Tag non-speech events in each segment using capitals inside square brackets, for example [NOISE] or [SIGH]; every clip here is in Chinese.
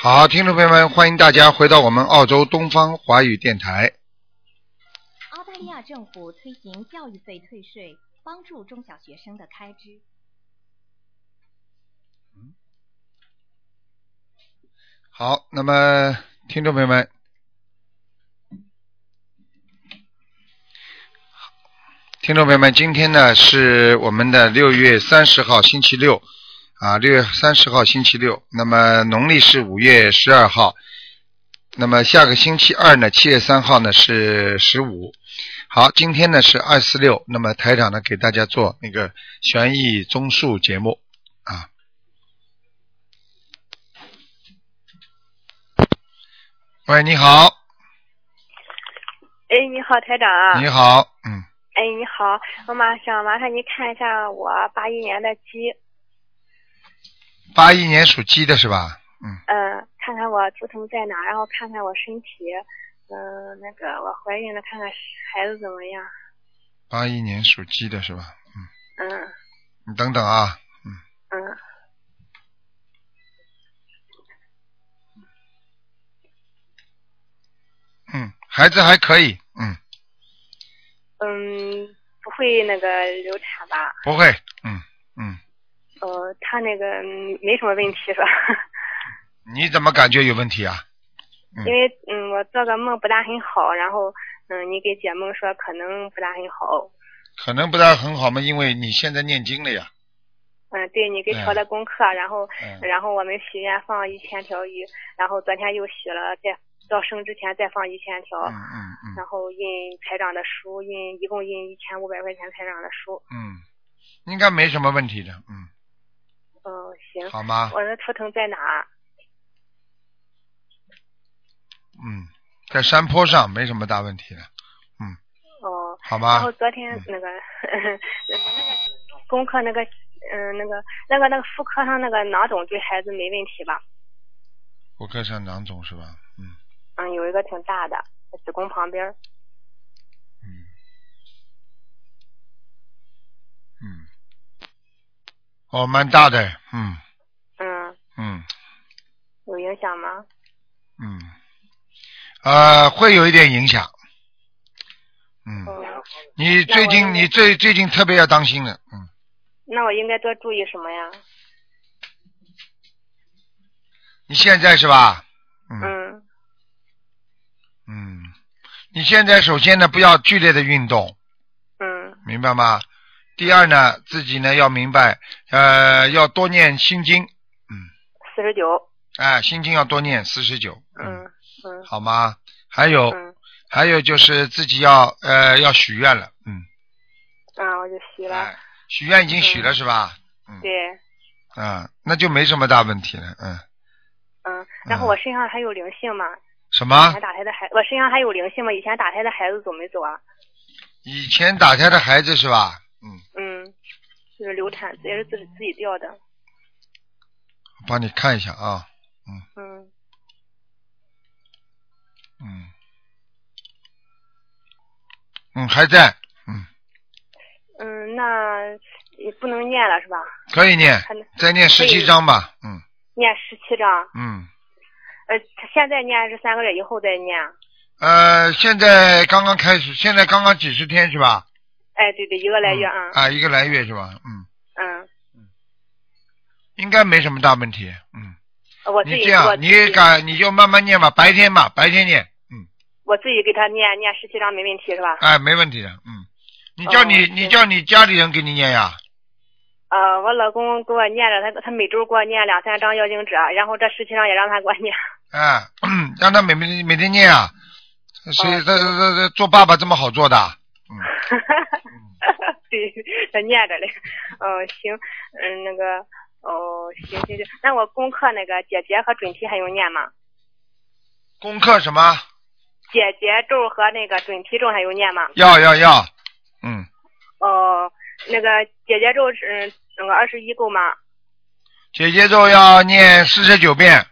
好，听众朋友们，欢迎大家回到我们澳洲东方华语电台。澳大利亚政府推行教育费退税，帮助中小学生的开支。好，那么听众朋友们，听众朋友们，今天呢是我们的六月三十号星期六啊，六月三十号星期六，那么农历是五月十二号，那么下个星期二呢，七月三号呢是十五。好，今天呢是二四六，那么台长呢给大家做那个悬疑综述节目啊。喂，你好，哎，你好，台长啊。你好，嗯，哎，你好，我妈想麻烦您看一下我八一年的鸡，八一年属鸡的是吧？嗯，看看我图腾在哪，然后看看我身体，嗯，那个我怀孕了，看看孩子怎么样。八一年属鸡的是吧？嗯你等等啊，嗯，嗯，孩子还可以，嗯，嗯，不会那个流产吧？不会，嗯嗯，呃，他那个嗯没什么问题是吧？你怎么感觉有问题啊？嗯因为嗯，我做个梦不大很好，然后嗯，你给解梦说可能不大很好。可能不大很好嘛，因为你现在念经了呀，嗯，对你给调的功课，啊然后、嗯然后我们许愿放一千条鱼，然后昨天又许了，再到生之前再放一千条，嗯嗯嗯然后印台长的书，印一共印一千五百块钱台长的书。嗯，应该没什么问题的，嗯，嗯，行。好吗？我的图腾在哪？啊嗯，在山坡上没什么大问题的，哦，好然吗后？昨天嗯那个、 [LAUGHS] 我那个功课那个嗯那个那个那个妇科上那个囊肿对孩子没问题吧？博客上囊肿是吧？嗯嗯，有一个挺大的，在子宫旁边儿。嗯嗯，哦，蛮大的，嗯嗯，嗯。有影响吗？嗯，呃，会有一点影响。嗯，嗯，你最那我近你最最近特别要当心了，嗯，那我应该多注意什么呀？你现在是吧？嗯嗯嗯，你现在首先呢不要剧烈的运动，嗯明白吗？第二呢，自己呢要明白，呃，要多念心经，，四十九。哎，心经要多念四十九，嗯嗯好吗？还有、嗯还有就是自己要呃要许愿了，嗯，嗯，我就虚了。哎，许愿已经许了、嗯是吧？对，嗯，那就没什么大问题了，嗯。嗯，然后我身上还有灵性吗？什以么前？打胎的孩，我身上还有灵性吗？以前打胎的孩子走没走啊？以前打胎的孩子是吧？嗯，嗯，就是流产，也是自己自己掉的。我帮你看一下啊。嗯嗯，嗯，还在，嗯，那也不能念了是吧？可以念还能，再念十可七以章吧。嗯念十七章，嗯，呃，现在念还是三个月以后再念？呃，现在刚刚开始，现在刚刚几十天是吧？哎，对对，一个来月嗯啊。啊，一个来月是吧？嗯，嗯，应该没什么大问题。嗯，我自你己这我样，自你己敢你就慢慢念吧，白天吧，白天念。嗯，我自己给他念念十七章没问题是吧？哎，没问题的。嗯，你叫你哦你行叫你家里人给你念呀。呃，我老公给我念了，他他每周给我念两三张要经者，啊然后这十七张也让他给我念。 [LAUGHS] 哎， [CLEARS THROAT] 让他每每每天念啊，谁哦这这这这做爸爸这么好做的？啊对，他念着嘞。嗯，行，嗯，那个，哦，行行行，那我功课那个姐姐和准提还用念吗？功课什么？姐姐咒和那个准提咒还用念吗？要要要，嗯，哦，那个姐姐咒是嗯那个二十一够吗？姐姐咒要念四十九遍。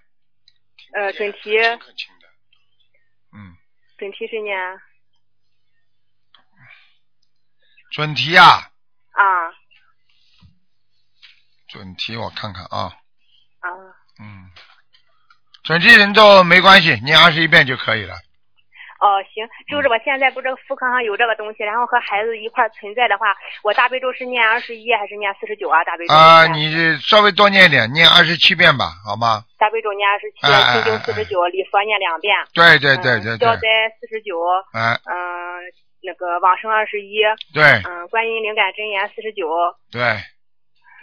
呃，准提嗯，准提是念准提啊，啊准提，我看看啊，啊嗯，准提神咒没关系，念二十一遍就可以了。哦，行，就是我现在不这个妇科上有这个东西，然后和孩子一块儿存在的话，我大悲咒是念二十一还是念四十九啊？大悲咒啊，你稍微多念一点，念二十七遍吧，好吗？大悲咒念二十七，哎哎心经哎四十九，礼佛念两遍，对对对嗯对对消，灾四十九，哎，嗯，那个往生二十一，对嗯，观音灵感真言四十九，对，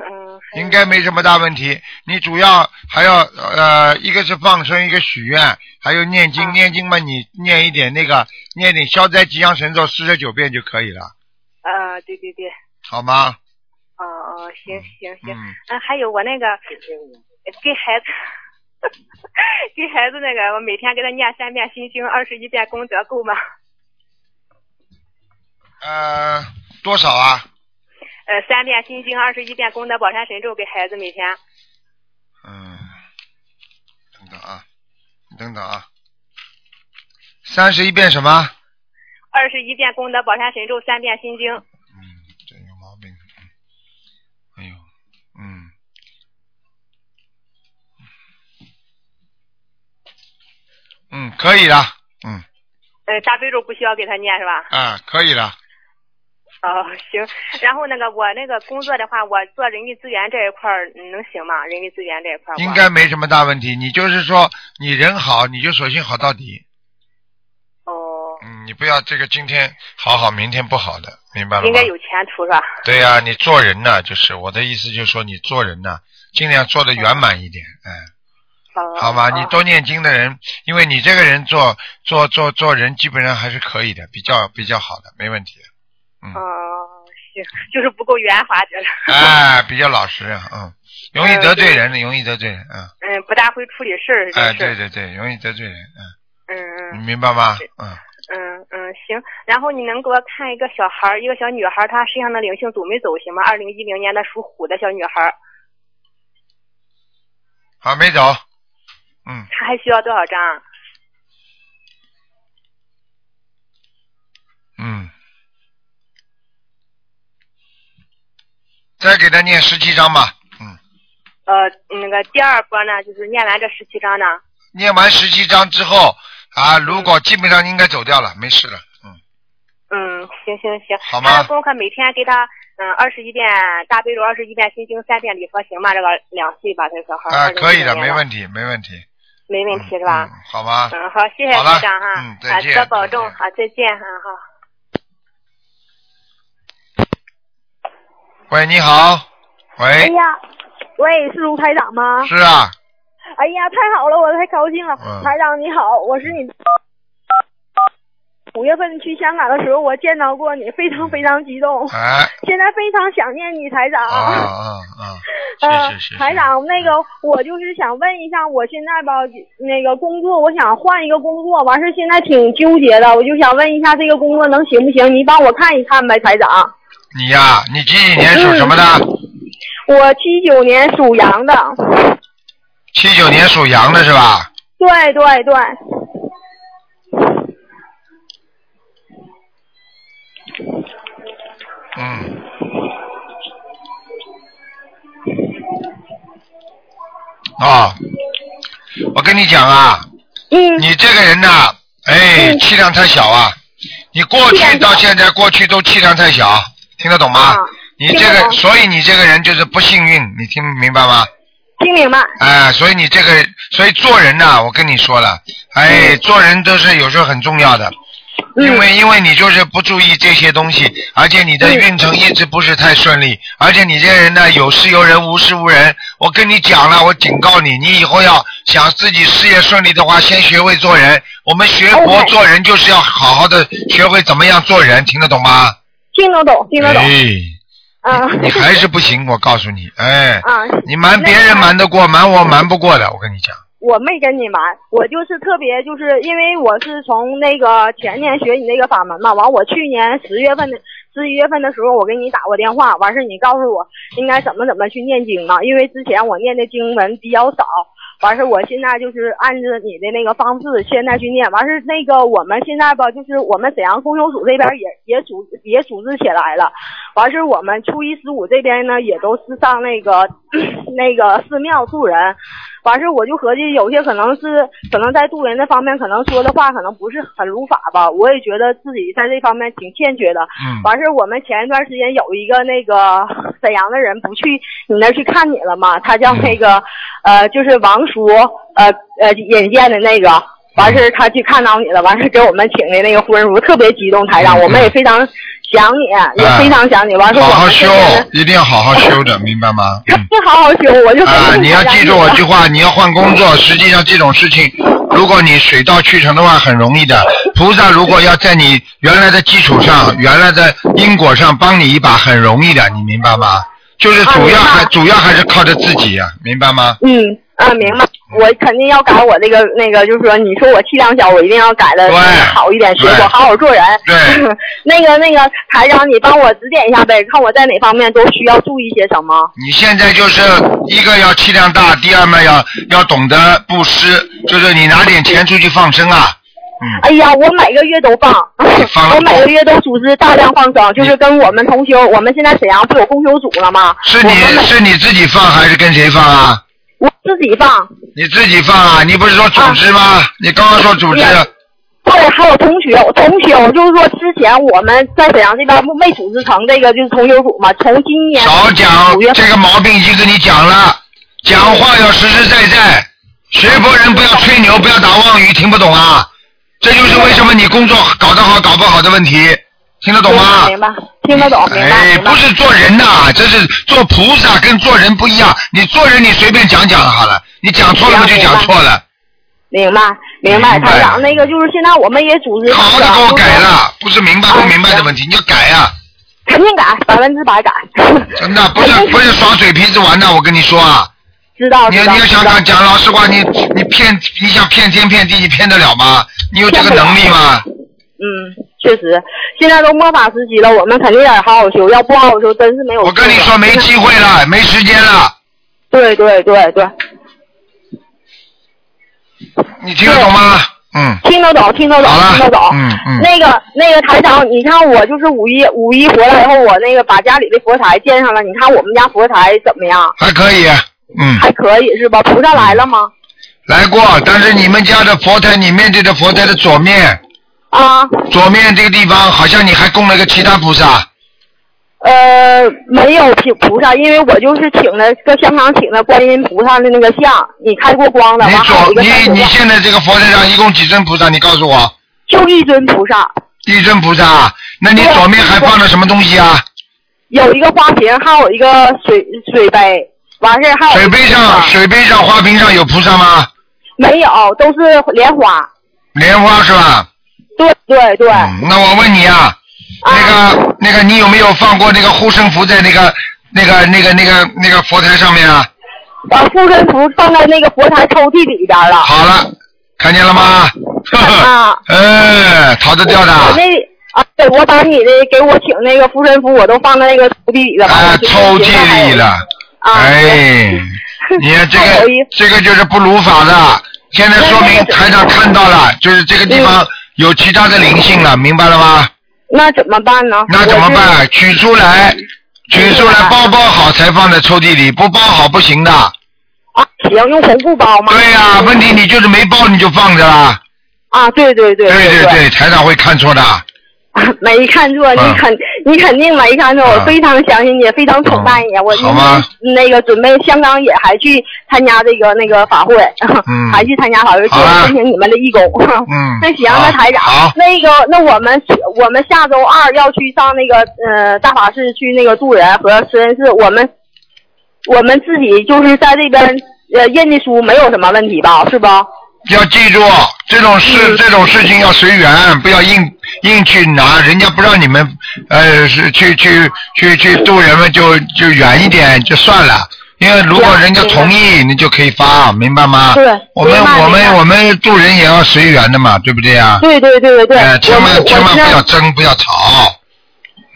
嗯，还有应该没什么大问题。你主要还要呃，一个是放生，一个许愿，还有念经。啊念经嘛，你念一点那个，念点消灾吉祥神咒四十九遍就可以了，呃，对对对，好吗？哦哦，行行行，嗯，嗯，还有我那个给孩子。 [LAUGHS] 给孩子那个，我每天给他念三遍心经，二十一遍功德够吗？呃，多少啊？呃，三遍心经，二十一遍功德宝山神咒给孩子每天。嗯，等等啊，你等等啊，三十一遍什么？二十一遍功德宝山神咒，三遍心经。嗯，这有毛病。嗯哎呦，嗯。嗯，可以了，嗯呃，大悲咒不需要给他念是吧？啊，可以了，哦，行。然后那个我那个工作的话，我做人力资源这一块儿嗯能行吗？人力资源这一块儿我应该没什么大问题。你就是说，你人好，你就索性好到底。哦，嗯，你不要这个今天好好，明天不好的，明白了吗？应该有前途是吧？对呀、你做人呐，就是我的意思，就是说你做人呐，尽量做的圆满一点，哎、哦，好吧？你哦多念经的人，因为你这个人做做做做人，基本上还是可以的，比较比较好的，没问 [LAUGHS] 题。哦，行，就是不够圆滑觉得，哎，比较老实，嗯，容易得罪人，容易得罪人，嗯，嗯，不大会处理事儿，哎，对这是，对对，容易得罪人，嗯嗯，你嗯明白吗？嗯，嗯嗯，行。然后你能给我看一个小孩儿，一个小女孩儿，她身上的灵性走没走行吗？二零一零年的属虎的小女孩儿，好，没走，嗯，她还需要多少张啊？嗯，再给他念十七章吧，嗯，呃，那个第二波呢，就是念完这十七章呢，念完十七章之后啊，如果基本上应该走掉了，没事了，嗯，嗯，行行行，好吗他的功课每天给他嗯二十一遍大悲咒，二十一遍心经，三遍礼佛行吧，这个两岁吧，这个小孩啊，可以的，的，没题，问题，没问题，没问题是嗯？吧嗯好吧，嗯，好，谢谢好了局长哈，嗯啊，再见多保重再见啊，再见哈，好。喂，你好，哎喂，呀，喂，是卢台长吗？是啊，哎呀，太好了，我太高兴了。嗯台长你好，我是你。五月份去香港的时候，我见到过你，非常非常 [LAUGHS] 激动。哎，现在非常想念你，台长。啊啊啊， [LAUGHS] 呃是是是，是，台长，那个我就是想问一下，我现在吧，那个工作，我想换一个工作，完事儿现在挺纠结的，我就想问一下这个工作能行不行？你帮我看一看呗，台长。你呀、你几几年属什么的？我七九年属羊的，七九年属羊的是吧？对对对，嗯。啊、我跟你讲啊，嗯，你这个人呐、哎，嗯气量太小啊！你过气去量到小现在，过去都气量太小，听得懂吗？啊你听这得个，懂所以你这个人就是不幸运，你听明白吗？听明白。哎、所以你这个，所以做人呐、我跟你说了，哎，嗯做人都是有时候很重要的，因为因为你就是不注意这些东西，而且嗯你的运程一直不是太顺利，而且你这人呢有事有人无事无人。我跟你讲了，我警告你，你以后要想自己事业顺利的话，先学会做人。我们学佛 OK 做人就是要好好的学会怎么样做人，听得懂吗？听得懂，听得懂。哎，啊你还是不行，我告诉你，哎，嗯啊，你瞒别人瞒得过，瞒我瞒不过的，我跟你讲。我没跟你瞒，我就是特别，就是因为我是从那个前年学你那个法门嘛，完我去年十月份的十一月份的时候，我给你打过电话，完事儿你告诉我应该怎么怎么去念经嘛，因为之前我念的经文比较少。完事，我现在就是按照你的那个方式，现在去念。完事，那个我们现在吧，就是我们沈阳供修组这边也也组也组织起来了。完事儿我们初一十五这边呢，也都是上那个 [COUGHS] 那个寺庙渡人。完事儿我就合计，有些可能是可能在渡人这方面，可能说的话可能不是很如法吧。我也觉得自己在这方面挺欠缺的。嗯，完事儿我们前一段时间有一个那个沈阳的人不去你那儿去看你了嘛？他叫那个嗯呃，就是王叔呃呃引荐的那个。完事儿他去看到你了，完事儿给我们请的那个婚书特别激动，台长，我们也非常想你，啊也非常想你。完事儿嗯哎好我好们修这边人，一定要好好修 [LAUGHS] 的，明白吗？嗯。不好好修，我就很啊，你要记住我一想你句了话，你要换工嗯作，实际上这种事情，如果你水到渠成的话，很容易的。菩萨如果要在你原来的基础上、原来的因果上帮你一把，很容易的，你明白吗？就是主要啊明白还、主要还是靠着自己呀、明白吗？嗯啊，明白。我肯定要改我那个那个，就是说，你说我气量小，我一定要改的对好一点，学对我好好做人。对那个那个台长，你帮我指点一下呗，看我在哪方面都需要注意些什么。你现在就是一个要气量大，第二嘛要要懂得布施，就是你拿点钱出去放生啊，嗯。哎呀，我每个月都放，放了 [LAUGHS] 我每个月都组织大量放生，就是跟我们同修，我们现在沈阳不有共修组了吗？是我你们每是你自己放还是跟谁放啊？我自己放，你自己放啊？你不是说组织吗？啊你刚刚说组织。对对，还有同学，我同学，我就是说之前我们在沈阳这边没组织成这个就是同修组嘛，从今年少讲五月，份这个毛病已经跟你讲了，讲话要实实在在。学佛人不要吹牛，不要打妄语，听不懂啊？这就是为什么你工作搞得好搞不好的问题，听得懂吗？明白，听得懂，明白，哎，明白不。是做人呐、这是做菩萨跟做人不一样。你做人你随便讲讲好了，你讲错了不就讲错了？明白，明白，明白台长，那个就是现在我们也组织好好的给我改，了，不是明白不明白的问题，你要改啊！肯定改，百分之百改。 [LAUGHS] 真的不是不是耍嘴皮子玩的，我跟你说啊。知道，你知道，你要知想道讲讲老实话，你你骗你想骗天骗地，你骗得了吗？你有这个能力吗？嗯，确实，现在都末法时期了，我们肯定得好好修，要不好好修，真是没有。我跟你说，没。机会了，没时间了，对对对对，你听得懂吗？嗯，听得懂，听得懂好，听得懂了，。嗯嗯，那个那个台长，你看我就是五一五一回来以后，我那个把家里的佛台建上了，你看我们家佛台怎么样？还可以，嗯，还可以是吧？菩萨来了吗？来过，但是你们家的佛台，你面对的佛台的左面，啊，左面这个地方，好像你还供了个其他菩萨，呃，没有请菩萨，因为我就是请了搁香港请了观音菩萨的那个像，你开过光的，你完还有左一个三你菩你萨，现在这个佛台上一共几尊菩萨？你告诉我，就一尊菩萨，一尊菩萨，那你左面还放了什么东西啊？有一个花瓶，还有一个水水杯，完事儿还有水一个杯菩上萨水杯上花瓶上有菩萨吗？没有，都是莲花。莲花是吧？对对对，嗯。那我问你啊，那个那个，你有没有放过那个护身符在那个那个那个那个那个佛台上面啊？把护身符放在那个佛台抽屉里边了。好了，看见了吗？呵看呵，啊， [LAUGHS] 哎，逃得掉的。我啊，那啊，对，我把你的给我请那个护身符，我都放在那个抽屉里了。完了就是啊抽寻思还屉有里了。啊，哎，你看 [LAUGHS] 这太个有意思这个就是不如法的。现在说明那那个嗯台长看到了，就是这个地方有其他的灵性了，明白了吗？ [LAUGHS] 那怎么办呢？那怎么办？取出来， [LAUGHS] 取出来，包包好才放在抽屉里，不包好不行的。我是？啊，行，用红布包吗？对呀、问题你就是没包你就放着啦。啊，对对对对对 [LAUGHS] 对，台长会看错的。啊没看错，你嗯肯你肯定没看错，嗯我非常相信你，也非常崇拜你。嗯我好吗那个准备香港也还去参加这个那个法会， [LAUGHS] 嗯还去参加法会，好啊申请你们的义工。 [LAUGHS] 嗯。那行，那台长好，好，那个，那我们我们下周二要去上那个呃大法寺去那个渡人和实验室，我们我们自己就是在这边呃验的书没有什么问题吧，是不？要记住这种事，嗯这种事情要随缘，不要硬硬去拿，人家不让你们呃是去去去去渡人们就就远一点就算了。因为如果行人家啊明白同意，你就可以发，明白吗？对我们明白我明白们我们渡人也要随缘的嘛，对不对呀？对对对对对，哎千我万们千我万现不要嗯在争，不要吵。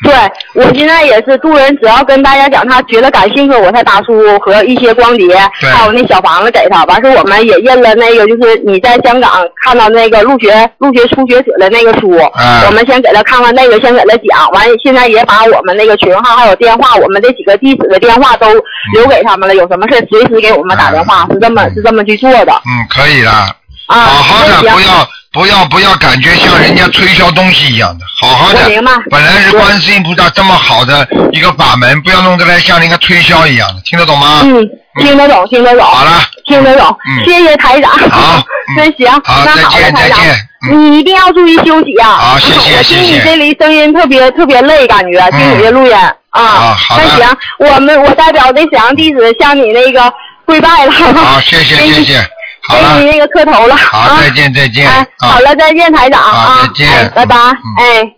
对我现在也是助人，只要跟大家讲他觉得感兴趣，我才打书和一些光碟，对还有那小房子给他。完事儿我们也印了那个，就是你在香港看到那个入学入学初学者的那个书，啊我们先给他看看那个，先给他讲。完，现在也把我们那个群号还有电话，我们这几个地址的电话都留给他们了。有什么事儿随时给我们打电话，哎是这么是这么去做的嗯，可以啦，啊。好好的，那行不要不要不要感觉像人家推销东西一样的，好好我的明白。本来是观世音菩萨这么好的一个法门，不要弄得来像人家推销一样的，听得懂吗？嗯，听得懂，听得懂。好了，听得懂，嗯谢谢台长。 [LAUGHS] 好嗯那行，好那好再的，见台长再见，嗯你一定要注意休息啊。好谢谢我听谢你谢这里声音特别特别累，感觉嗯听你这录音啊。啊好的那行，我们我代表那沈阳地址向你那个跪拜了。好，谢谢给你谢谢，好 [LAUGHS] 给你了，那个磕头了。好，啊再。见再见哎，，啊好，了，再见，台长好啊！再见哎拜拜嗯！哎，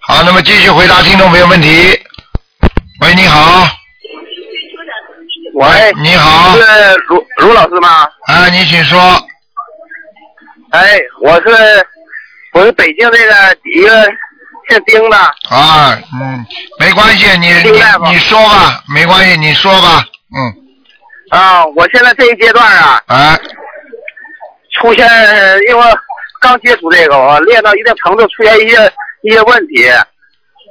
好，那么继续回答听众朋友问题。喂，你好，哎喂，哎你好嗯是卢卢老师吗？啊，你请说，哎，我是我是北京这个一个姓丁的，啊，嗯，没关系，你明白吧你你说吧，没关系，你说吧，嗯，啊，我现在这一阶段啊，哎，出现因为刚接触这个，我练到一定程度出现一些一些问题，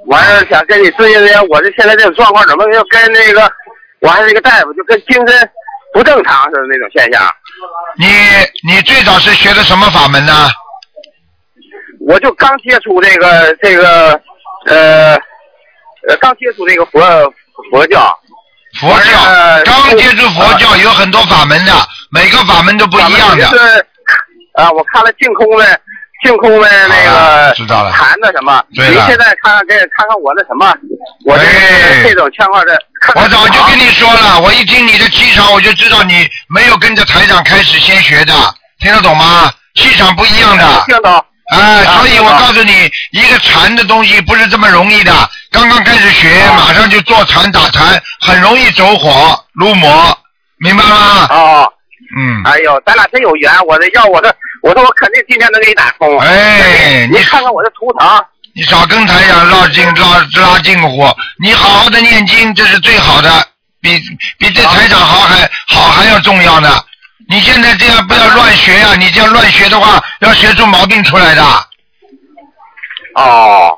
完事想跟你咨询咨询，我这现在这种状况怎么就跟那个我还是一个大夫，就跟精神不正常似的那种现象。你你最早是学的什么法门呢？我就刚接触这个这个呃呃刚接触这个佛佛教。佛教呃，刚接触佛教有很多法门的，每个法门都不一样就的。是啊，我看了净空的，净空的那好了个啊知道了谈的什么？对了您现在看看这看看我那什么，我这、哎这种情况的，看看我早就好跟你说了，我一听你的气场，我就知道你没有跟着台长开始先学的，听得懂吗？气场不一样的。听到。哎，啊所以我知道告诉你，一个禅的东西不是这么容易的。刚刚开始学，啊马上就坐禅打禅，很容易走火入魔，明白吗？哦，嗯，哎呦，咱俩真有缘！我这要我这，我说我肯定今天能给你打通。哎你你看看我这图腾，你少跟台长绕近拉拉近乎，你好好的念经，这是最好的，比比对台长好啊还好还要重要呢。你现在这样不要乱学呀、你这样乱学的话，要学出毛病出来的。哦，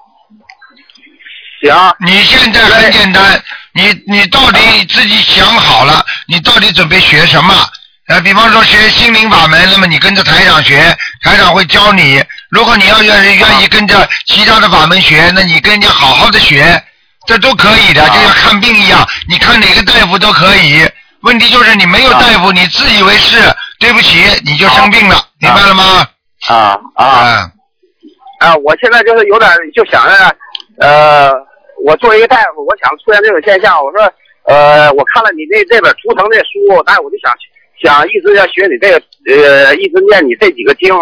行，啊你现在很简单，你你到底自己想好了，你到底准备学什么？呃，比方说学心灵法门，那么你跟着台长学，台长会教你。如果你要愿愿啊意跟着其他的法门学，那你跟人家好好的学，这都可以的，啊就像看病一样，你看哪个大夫都可以。问题就是你没有啊大夫，你自以为是，对不起，你就生病了，明白了吗？啊啊嗯，啊！我现在就是有点就想着，呃，我作为一个大夫，我想出现这种现象，我说，呃，我看了你那这本图腾这书，但是我就想想一直要学你这个，呃，一直念你这几个经，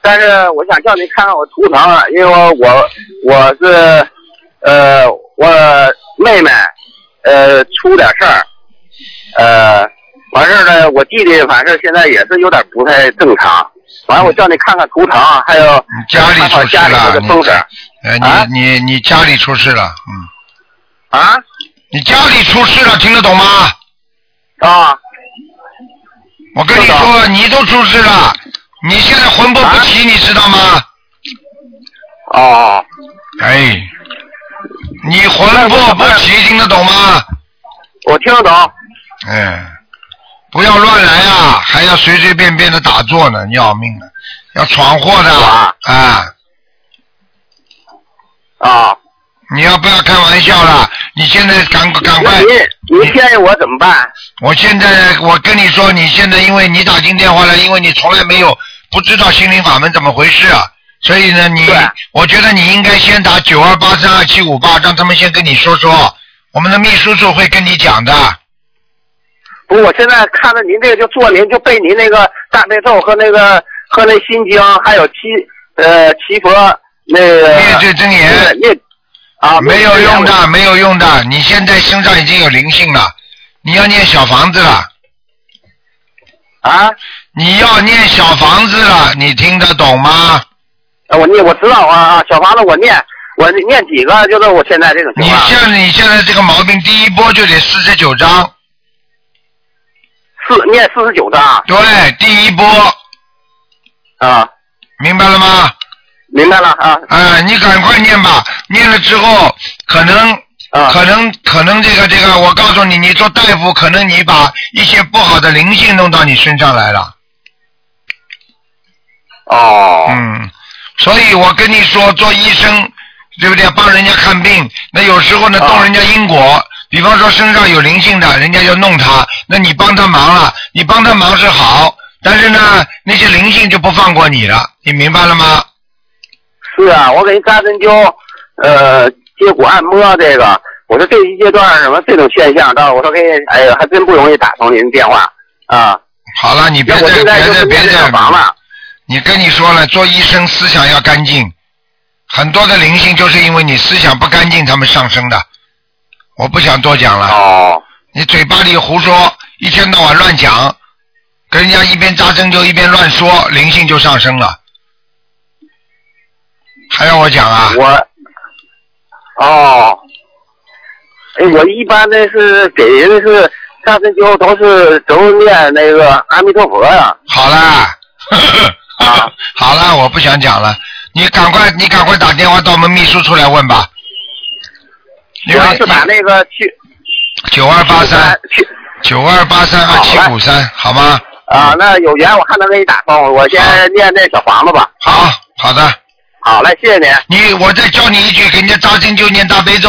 但是我想叫你看看我图腾，啊因为我我是，呃，我妹妹，呃，出点事儿，呃，完事儿呢，我弟弟反正现在也是有点不太正常。完了，我叫你看看图腾，还有你嗯家里看出看事啊家里了的，风水呃，啊你你你家里出事了，嗯。啊你家里出事了，听得懂吗？啊我跟你知说，你都出事了，你现在魂魄不齐，你知道吗？哦哎，你魂魄不齐，听得懂吗？我听得啊懂嗯，不要乱来啊，还要随随便便的打坐呢，要命了，要闯祸的哇啊！啊。你要不要开玩笑了？你现在赶赶那快您，您建议我怎么办？我现在我跟你说，你现在因为你打进电话来，因为你从来没有不知道心灵法门怎么回事啊，所以呢，你对我觉得你应该先打九二八三二七五八，让他们先跟你说说，我们的秘书处会跟你讲的。不，我现在看着您这个就做您就背您那个大悲咒和那个和那心经，还有七呃七佛那个灭罪真言那那啊没有用的的，没有用的，你现在身上已经有灵性了，你要念小房子了，啊。你要念小房子了，你听得懂吗？啊我念我知道啊啊，小房子我念，我念几个就是我现在这种情你况？像你现在这个毛病，第一波就得四十九章，四念四十九章啊对，第一波，啊，明白了吗？明白了啊啊、你赶快念吧，念了之后，可能啊可能可能这个这个，我告诉你，你做大夫，可能你把一些不好的灵性弄到你身上来了。哦嗯，所以我跟你说，做医生对不对？帮人家看病，那有时候呢啊动人家因果。比方说身上有灵性的，人家要弄他，那你帮他忙了，你帮他忙是好，但是呢，那些灵性就不放过你了，你明白了吗？是啊，我给人扎针灸，呃，接骨按摩这个，我说这一阶段什么这种现象，到我说给，哎呀，还真不容易打通您电话啊。好了，你别那我再现在别就再是别面再上房了。你跟你说了，做医生思想要干净，很多的灵性就是因为你思想不干净，他们上升的。我不想多讲了，哦，你嘴巴里胡说，一天到晚乱讲，跟人家一边扎针灸一边乱说，灵性就上升了。还要我讲啊？我，哦，哎，我一般的是给人是扎针灸都是都是念那个阿弥陀佛呀、好啦，啊 [LAUGHS] 好啦，我不想讲了。你赶快，你赶快打电话到我们秘书处来问吧。我要是把那个去九二八三去九二八三二七五三，好吗？啊，那有缘我看能给你打通，我先好念那小房子吧。好好的，好嘞，谢谢您你我再教你一句，给人家扎针就念大悲咒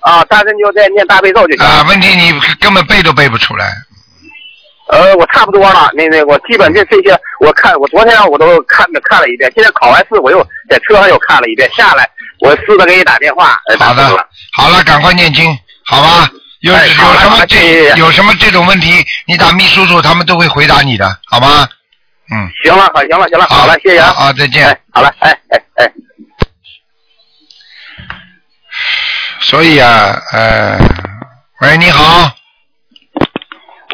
啊，扎针灸再念大悲咒就行。啊，问题你根本背都背不出来。呃，我差不多了，那那我基本这这些，我看我昨天我都看看了一遍，现在考完试我又在车上又看了一遍，下来我试着给你打电话，呃、好打的通了。，好了，赶快念经，好吧？有有哎好了什好么了谢谢谢这谢有什么这种问题，你打秘书处，他们都会回答你的，好吗？嗯，行了，好，行了，行了，好了，谢谢啊，啊，再见。哎，好了，哎哎哎，所以啊，呃，喂，你好，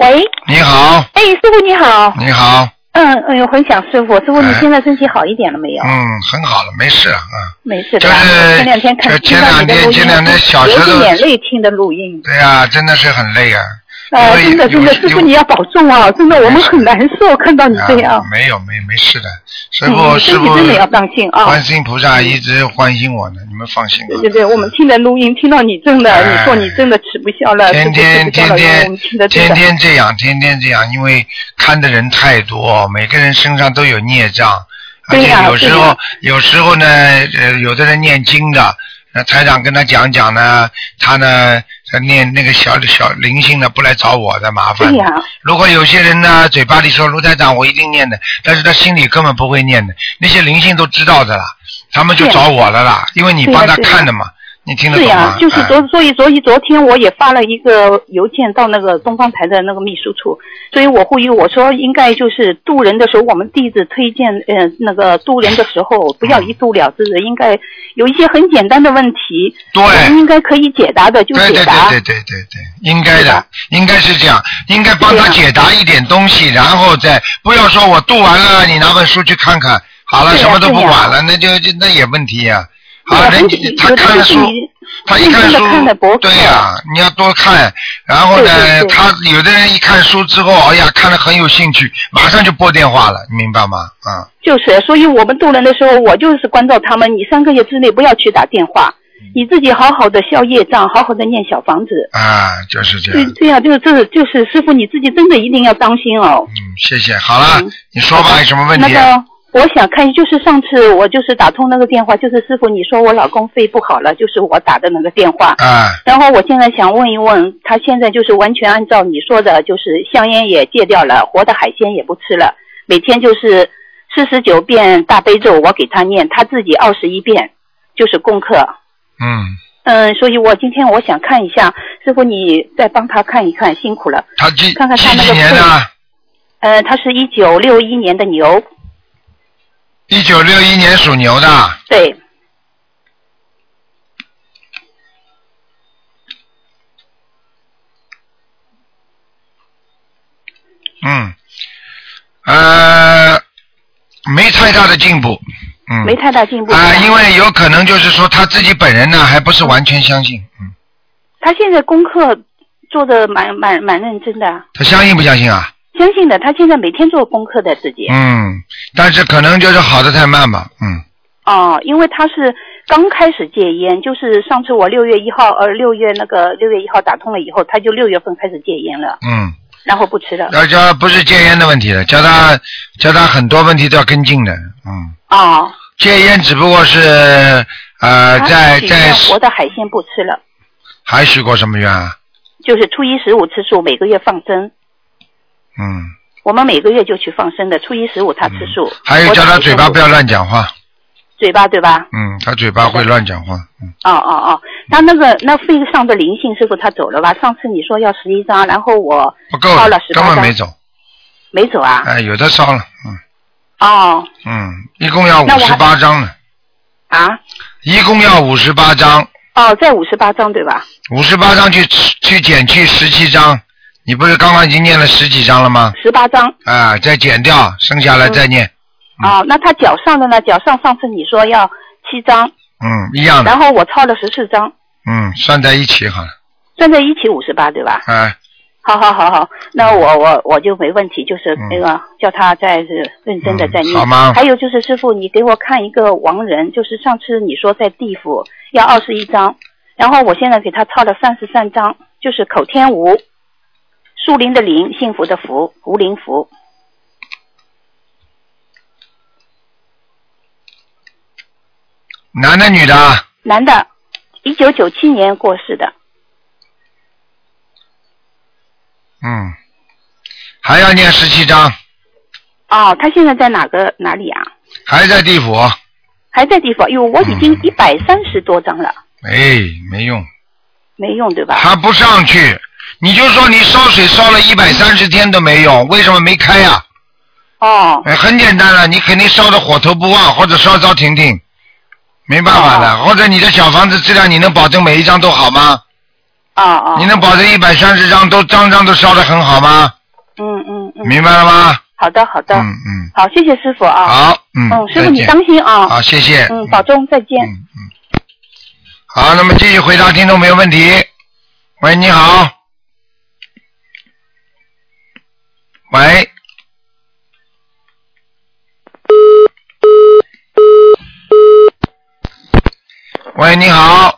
喂，你好，哎，师傅你好。你好，嗯，哎呦，很想师傅。师傅，哎你现在身体好一点了没有？嗯，很好了，没事啊，嗯没事的就吧。是前两天这看前听到两你的天录音啊前两天小流舌头着眼泪听的录音。对呀、真的是很累啊。呃，因为真的真的，师有傅你要保重啊！真的，我们很难受，看到你这啊样。没有没没事的，师傅嗯，师身体傅真的要当心啊！观世音菩萨一直欢心我呢，你们放心吧对。对对，我们听的录音，听到你真的，哎你说你真的吃不消了，天天吃不消天了，天因为我们听的真天的。天这样，天天这样，因为看的人太多，每个人身上都有孽障，而对且啊呀有时对候呀有时候呢，呃，有的人念经的，那台长跟他讲讲呢，他呢他念那个小小灵性的不来找我的麻烦。对哎呀，如果有些人呢，嘴巴里说卢台长我一定念的，但是他心里根本不会念的，那些灵性都知道的啦，他们就对呀找我了啦，因为你对呀帮他对呀看的嘛，你听得是懂呀吗？，就是哎昨所以所以昨天我也发了一个邮件到那个东方台的那个秘书处，所以我呼吁我说应该就是渡人的时候，我们弟子推荐呃那个渡人的时候不要一渡了之，应该有一些很简单的问题，对我们应该可以解答的就对解对答对对。对对对，应该是的吧，应该是这样，应该帮对他呀解答一点东西，然后再不要说我读完了，你拿本书去看看，好了，对呀啊什么都不对呀管了，那就就那也问题呀。好了，人对家他很简有的看东了西书，你他一看认真地书看得博，客对呀、你要多看。然后呢，对对对他有的人一看书之后，哎呀，看了很有兴趣，马上就拨电话了，你明白吗？啊、就是，所以我们渡人的时候，我就是关照他们，你三个月之内不要去打电话，你自己好好的消业障，好好的念小房子。啊，就是这对样。对呀、就是这是就是师傅你自己真的一定要当心哦。嗯，谢谢。好了，嗯你说吧，有什么问那题？个我想看，就是上次我就是打通那个电话，就是师傅你说我老公肺不好了，就是我打的那个电话。啊，然后我现在想问一问，他现在就是完全按照你说的，就是香烟也戒掉了，活的海鲜也不吃了，每天就是四十九遍大悲咒，我给他念，他自己二十一遍，就是功课。嗯，嗯，所以我今天我想看一下，师傅你再帮他看一看，辛苦了。他几看看几他那几个年啊肺的？呃，他是一九六一年的牛，一九六一年属牛的，对，嗯，呃，没太大的进步，嗯，没太大进步。啊、因为有可能就是说他自己本人呢，还不是完全相信，嗯，他现在功课做的蛮蛮蛮认真的，他相信不相信啊？相信的。他现在每天做功课的自己。嗯，但是可能就是好的太慢吧，嗯，哦，因为他是刚开始戒烟，就是上次我六月一号，呃，六月那个六月一号打通了以后，他就六月份开始戒烟了，嗯，然后不吃了。要叫不是戒烟的问题了，叫他叫他很多问题都要跟进的，嗯，哦，戒烟只不过是呃他在许愿在活的海鲜不吃了，还许过什么愿啊？就是初一十五吃素，每个月放生。嗯，我们每个月就去放生的，初一十五他吃素。还有活叫的他海嘴鲜巴不要吃乱讲话，嘴巴对吧？嗯，他嘴巴会乱讲话，嗯，哦哦哦，那那个那肺上的灵性师傅他走了吧？上次你说要十一张，然后我不够烧的了，18根本没张走，没走啊。哎，有的烧了，嗯哦嗯，一共要五那我十还八张了，啊一共要五十八张，哦，在五十八张对吧？五十八张去去减去十七张，你不是刚刚已经念了十几张了吗？十八张。啊，再减掉，剩下嗯来再念，哦，那他脚上的呢？脚上上次你说要七张，嗯，一样的，然后我抄了十四张，嗯，算在一起好了，算在一起五十八对吧？哎，好好好好，那我我我就没问题，就是嗯那个叫他再是认真的嗯再念。好吗还有就是师傅，你给我看一个亡人，就是上次你说在地府要二十一章，然后我现在给他抄了三十三章，就是口天吴，树林的林，幸福的福，吴林福。男的女的啊，男的，一九九七年过世的，嗯，还要念十七章，哦，他现在在哪个哪里啊？还在地府，还在地府？哟，我已经嗯一百三十多章了，哎，没用，没用对吧？他不上去，你就说你烧水烧了一百三十天都没用，为什么没开呀、哦，哎，很简单了，你肯定烧的火头不旺，或者烧烧停停，没办法的。或者你的小房子质量，你能保证每一张都好吗？哦哦，你能保证一百三十张都张张都烧的很好吗？嗯嗯嗯，明白了吗？好的好的。嗯嗯，好，谢谢师傅啊。好，嗯，嗯，师再傅你见。当心啊。好，谢谢。嗯，保重，再见。嗯嗯。好，那么继续回答听众朋友问题。喂，你好。喂。喂，你好，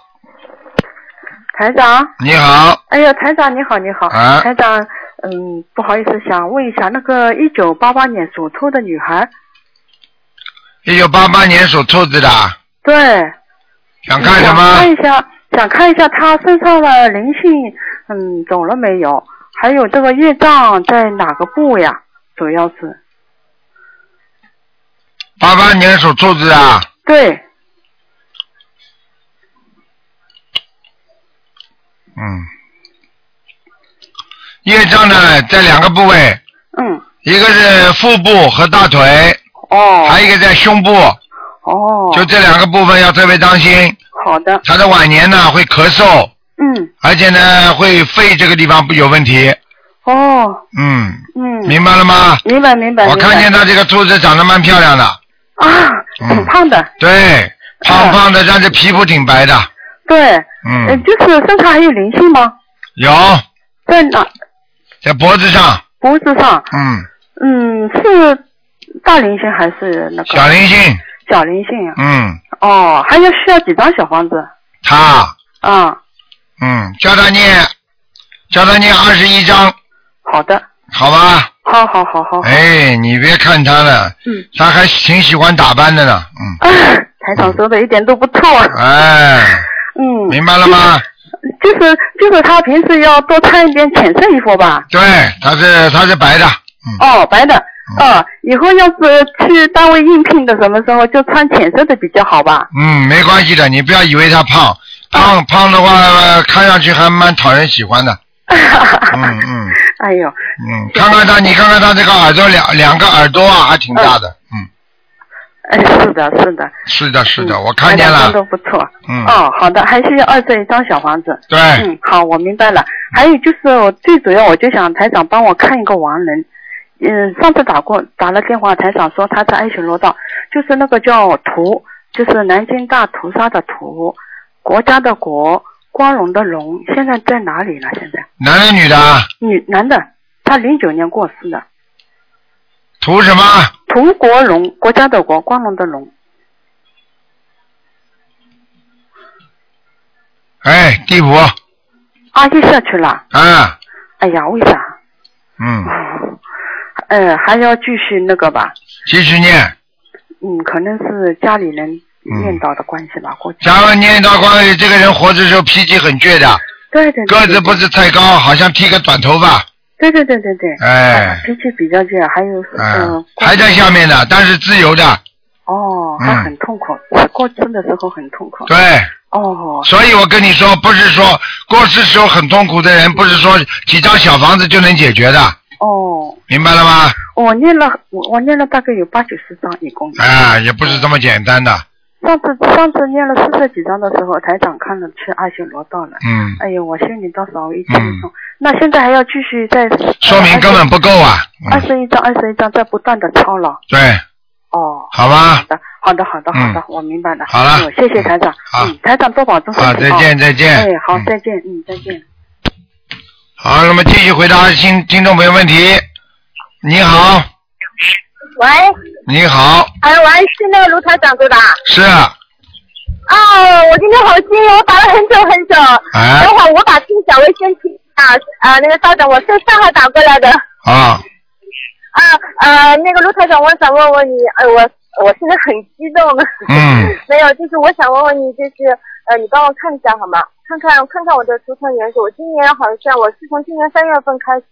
台长，你好，哎呀，台长你好，你好，啊台长，嗯，不好意思，想问一下，那个一九八八年属兔的女孩，一九八八年属兔子的，对，想看什想看嗯么？一下，想看一下她身上的灵性，嗯，走了没有？还有这个业障在哪个部呀？主要是，八八年属兔子的，对，嗯，业障呢在两个部位，嗯，一个是腹部和大腿，哦，还有一个在胸部，哦，就这两个部分要特别当心。好的，他的晚年呢会咳嗽，嗯，而且呢会肺这个地方不有问题。哦，嗯，嗯，明白了吗？明白明白，我看见明白他这个兔子长得蛮漂亮的，啊，挺嗯胖的，对，胖胖的，但是皮肤挺白的。对，呃嗯，就是身上还有灵性吗？有在哪？在脖子上，脖子上，嗯，嗯，是大灵性还是那小个灵性，小灵性啊？嗯，哦，还要需要几张小房子？他，啊，嗯，叫他念，叫他念二十一章，好的，好吧？好好好好，哎，你别看他了，哦嗯他还挺喜欢打扮的呢，嗯，啊， [COUGHS] 台长说的一点都不错，哎，嗯，明白了吗？就是就是他平时要多穿一点浅色衣服吧。对，他是他是白的，嗯，哦，白的，啊，以后要是去单位应聘的，什么时候就穿浅色的比较好吧？嗯，没关系的，你不要以为他胖，胖胖的话、呃看上去还蛮讨人喜欢的，嗯嗯 [LAUGHS] 哎呦，嗯，看看他，你看看他这个耳朵两两个耳朵啊，还挺大的，嗯，哎，是的，是的，是的是的，嗯我看见台了长说，的不错，嗯，哦，好的，还需要二十一张小房子。对，嗯嗯，好，我明白了。还有就是，我最主要我就想台长帮我看一个亡人，嗯，上次打过打了电话，台长说他在爱群罗道，就是那个叫屠，就是南京大屠杀的屠，国家的国，光荣的荣，现在在哪里了？现在男的女的啊？女男的，他零九年过世的，图什么？屠国荣，国家的国，光荣的荣，哎，第五阿姨下去了。啊，哎呀，为啥？嗯，嗯，还要继续那个吧？继续念，嗯，可能是家里人嗯念叨的关系吧，估计。咱们念到关于这个人活着的时候脾气很倔的，对对对。个子不是太高，好像剃个短头发，对对对对对。啊哎，脾气比较倔，还有嗯嗯，，还在下面的，但是自由的，哦，嗯还很痛苦，过世的时候很痛苦。对，哦，所以我跟你说，不是说过世时候很痛苦的人，不是说几张小房子就能解决的，哦，明白了吗？我念了，我我念了大概有八九十章，一共。啊，也不是这么简单的，上次上次念了四十几章的时候，台长看了去阿修罗道了。嗯，哎呦，我心里到时候一激动。那现在还要继续再说明根本不够啊，二嗯，十一章，二十一章在不断的抄了。对，哦，好吧好，的，好的，好的，嗯好的，我明白了。好了嗯哎呦谢谢台长。好嗯，台长多保重身啊，体再哦见，再见，哎，好，嗯再见，嗯，再见。好，那么继续回答听听众朋友问题。你好，喂，你好，哎，喂，是那个卢台长对吧？是，哦，我今天好幸运，我打了很久很久。哎等，会儿我把听小薇先听啊啊，那个稍等，我是上海打过来的啊，啊呃，那个卢台长，我想问问你，哎、我我现在很激动呢。嗯，没有，就是我想问问你，就是呃，你帮我看一下好吗？看看看看我的图腾颜色，我今年好像我是从今年三月份开始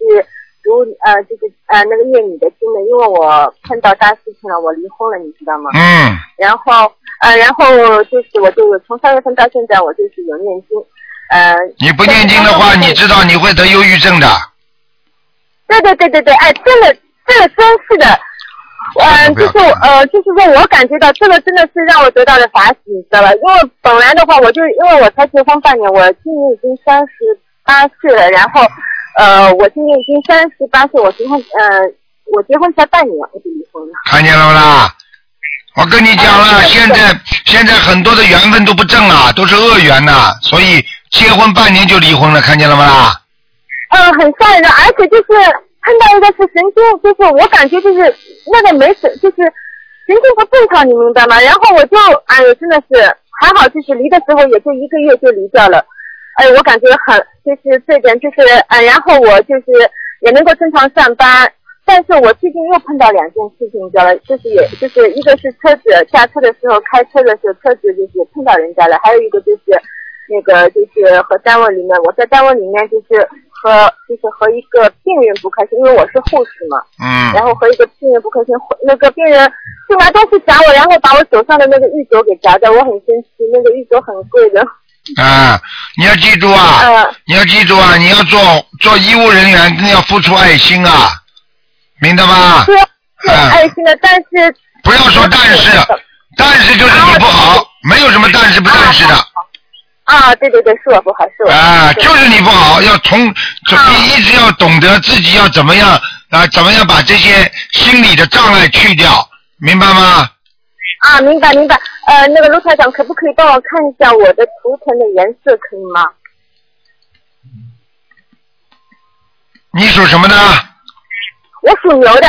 读呃，就是呃那个念你的经的，因为我碰到大事情了，我离婚了，你知道吗？嗯，然后呃，然后就是我就从三月份到现在，我就是有念经，呃，你不念经的话，你知道你会得忧郁症的。对对对对对，哎，真的，这个真是的，呃，这个不就要是我呃，就是说我感觉到这个真的是让我得到了法喜，你知道吧？因为本来的话，我就因为我才结婚半年，我今年已经三十八岁了，然后呃，我今年已经三十八岁，我结婚呃，我结婚才半年我就离婚了。看见了不啦？我跟你讲了，哎现在现在很多的缘分都不正啊，都是恶缘呐、所以结婚半年就离婚了，看见了不啦？嗯，很吓人，而且就是碰到一个是神经，就是我感觉就是那个没神，就是神经不正常，你明白吗？然后我就哎呦，真的是还好，就是离的时候也就一个月就离掉了，哎，我感觉很就是这点就是哎，然后我就是也能够正常上班。但是我最近又碰到两件事情，你知道了，就是也就是一个是车子驾车的时候开车的时候，车子就是碰到人家了，还有一个就是那个就是和单位里面，我在单位里面就是和就是和一个病人不开心，因为我是护士嘛，嗯然后和一个病人不开心，那个病人就拿东西夹我，然后把我手上的那个玉镯给夹掉，我很生气，那个玉镯很贵的，啊，你要记住啊，呃，你要记住啊，你要做做医务人员，真的要付出爱心啊，明白吗是？是嗯爱心的，但是不要说但是，但是就是你不好，没有什么但是不但是的啊，对对对，是我不好，是我不好啊，对啊就是你不好，要从从你一直要懂得自己要怎么样啊，怎么样把这些心理的障碍去掉，明白吗？啊，明白明白。呃，那个卢台长，可不可以帮我看一下我的图腾的颜色，可以吗？你属什么的？我属牛的，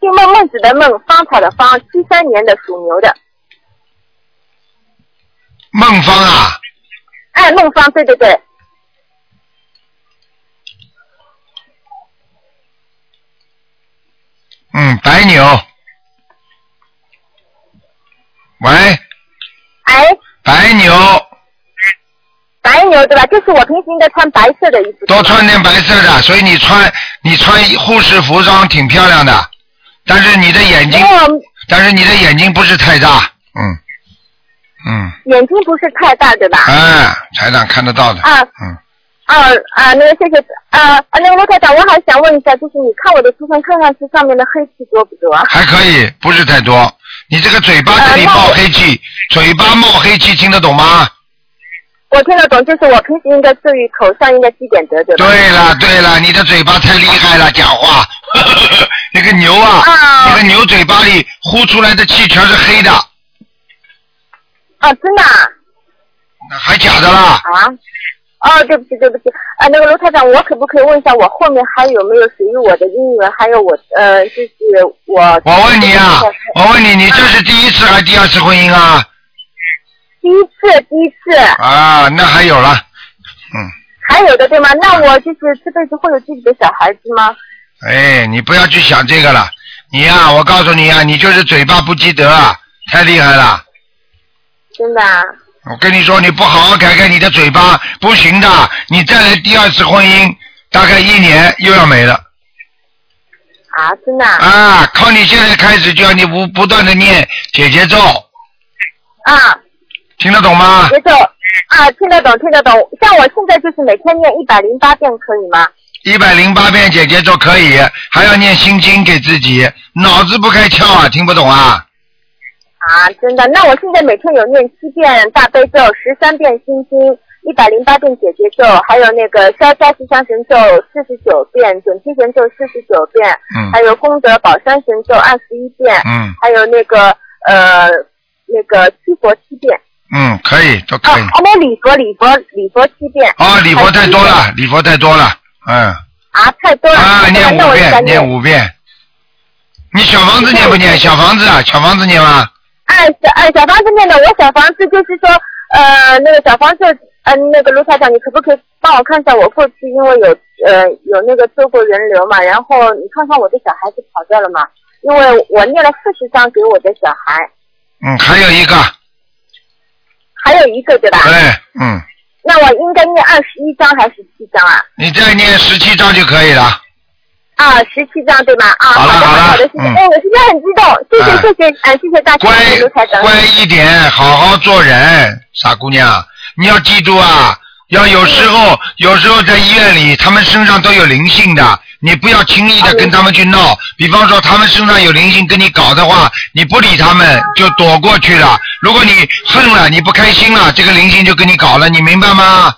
姓孟，孟子的孟，芳草的芳，七三年的属牛的。孟芳啊，哎，孟芳，对对对，嗯，白牛。喂，哎，白牛，白牛对吧？就是我平时应该穿白色的衣服。多穿点白色的，所以你穿你穿护士服装挺漂亮的，但是你的眼没睛，有，但是你的眼睛不是太大，嗯，嗯，眼睛不是太大，对吧？哎，台长看得到的，啊嗯，啊啊！那个谢谢啊啊！那个卢台长，我还想问一下，就是你看我的图腾，看上去上面的黑气多不多啊？还可以，不是太多。你这个嘴巴这里呃那冒我黑气，嘴巴冒黑气，听得懂吗？我听得懂，就是我平时应该注意口上应该积点德，对吧？对了对了，你的嘴巴太厉害了，讲话， [LAUGHS] 那个牛啊，那个牛嘴巴里呼出来的气全是黑的，啊，真的啊。还假的啦？啊？哦，对不起，对不起，啊，那个卢台长，我可不可以问一下，我后面还有没有属于我的姻缘？还有我，呃，就是我。我问你啊，我问你，你这是第一次还是第二次婚姻啊？第一次，第一次，啊，那还有了，嗯，还有的对吗？那我就是这辈子会有自己的小孩子吗？哎，你不要去想这个了，你呀、我告诉你呀、你就是嘴巴不积德啊，太厉害了。真的啊？我跟你说，你不好好改改你的嘴巴，不行的。你再来第二次婚姻，大概一年又要没了啊，真的啊？啊！靠你现在开始就要你不不断的念姐姐咒，啊，听得懂吗？别走啊，听得懂，听得懂。像我现在就是每天念一百零八遍，可以吗？一百零八遍姐姐咒可以，还要念心经给自己，脑子不开窍啊，听不懂啊？啊，真的。那我现在每天有念七遍大悲咒，十三遍心经，一百零八遍解结咒，还有那个消灾吉祥神咒四十九遍，准提神咒四十九遍，嗯还有功德宝山神咒二十一遍，嗯还有那个呃那个七佛七遍。嗯，可以，都啊，可以。还有礼佛，礼佛，礼佛七遍。啊，礼佛太多还有七了遍，礼佛太多了，嗯，啊，太多了。啊，太多了念那五我就想遍，念五遍。你小房子念不念？小房子啊，小房子念吗？哎，小哎，小房子念的，我小房子就是说，呃，那个小房子，呃，那个卢台长，你可不可以帮我看一下我过去，因为有呃有那个做过人流嘛，然后你看看我的小孩子跑掉了嘛，因为我念了四十张给我的小孩，嗯，还有一个，啊还有一个对吧？对，嗯，那我应该念二十一张还是七张啊？你再念十七章就可以了。啊，十七张对吧？啊，好好了的，好了好的，谢谢。嗯哎，我现在很激动，谢谢哎谢谢，哎，谢谢大家，乖谢谢卢台长。乖一点，好好做人，傻姑娘，你要记住啊，嗯要有时候有时候在医院里，他们身上都有灵性的，你不要轻易的跟他们去哦闹。比方说他们身上有灵性跟你搞的话，你不理他嗯们就躲过去了。如果你恨了，你不开心了，这个灵性就跟你搞了，你明白吗？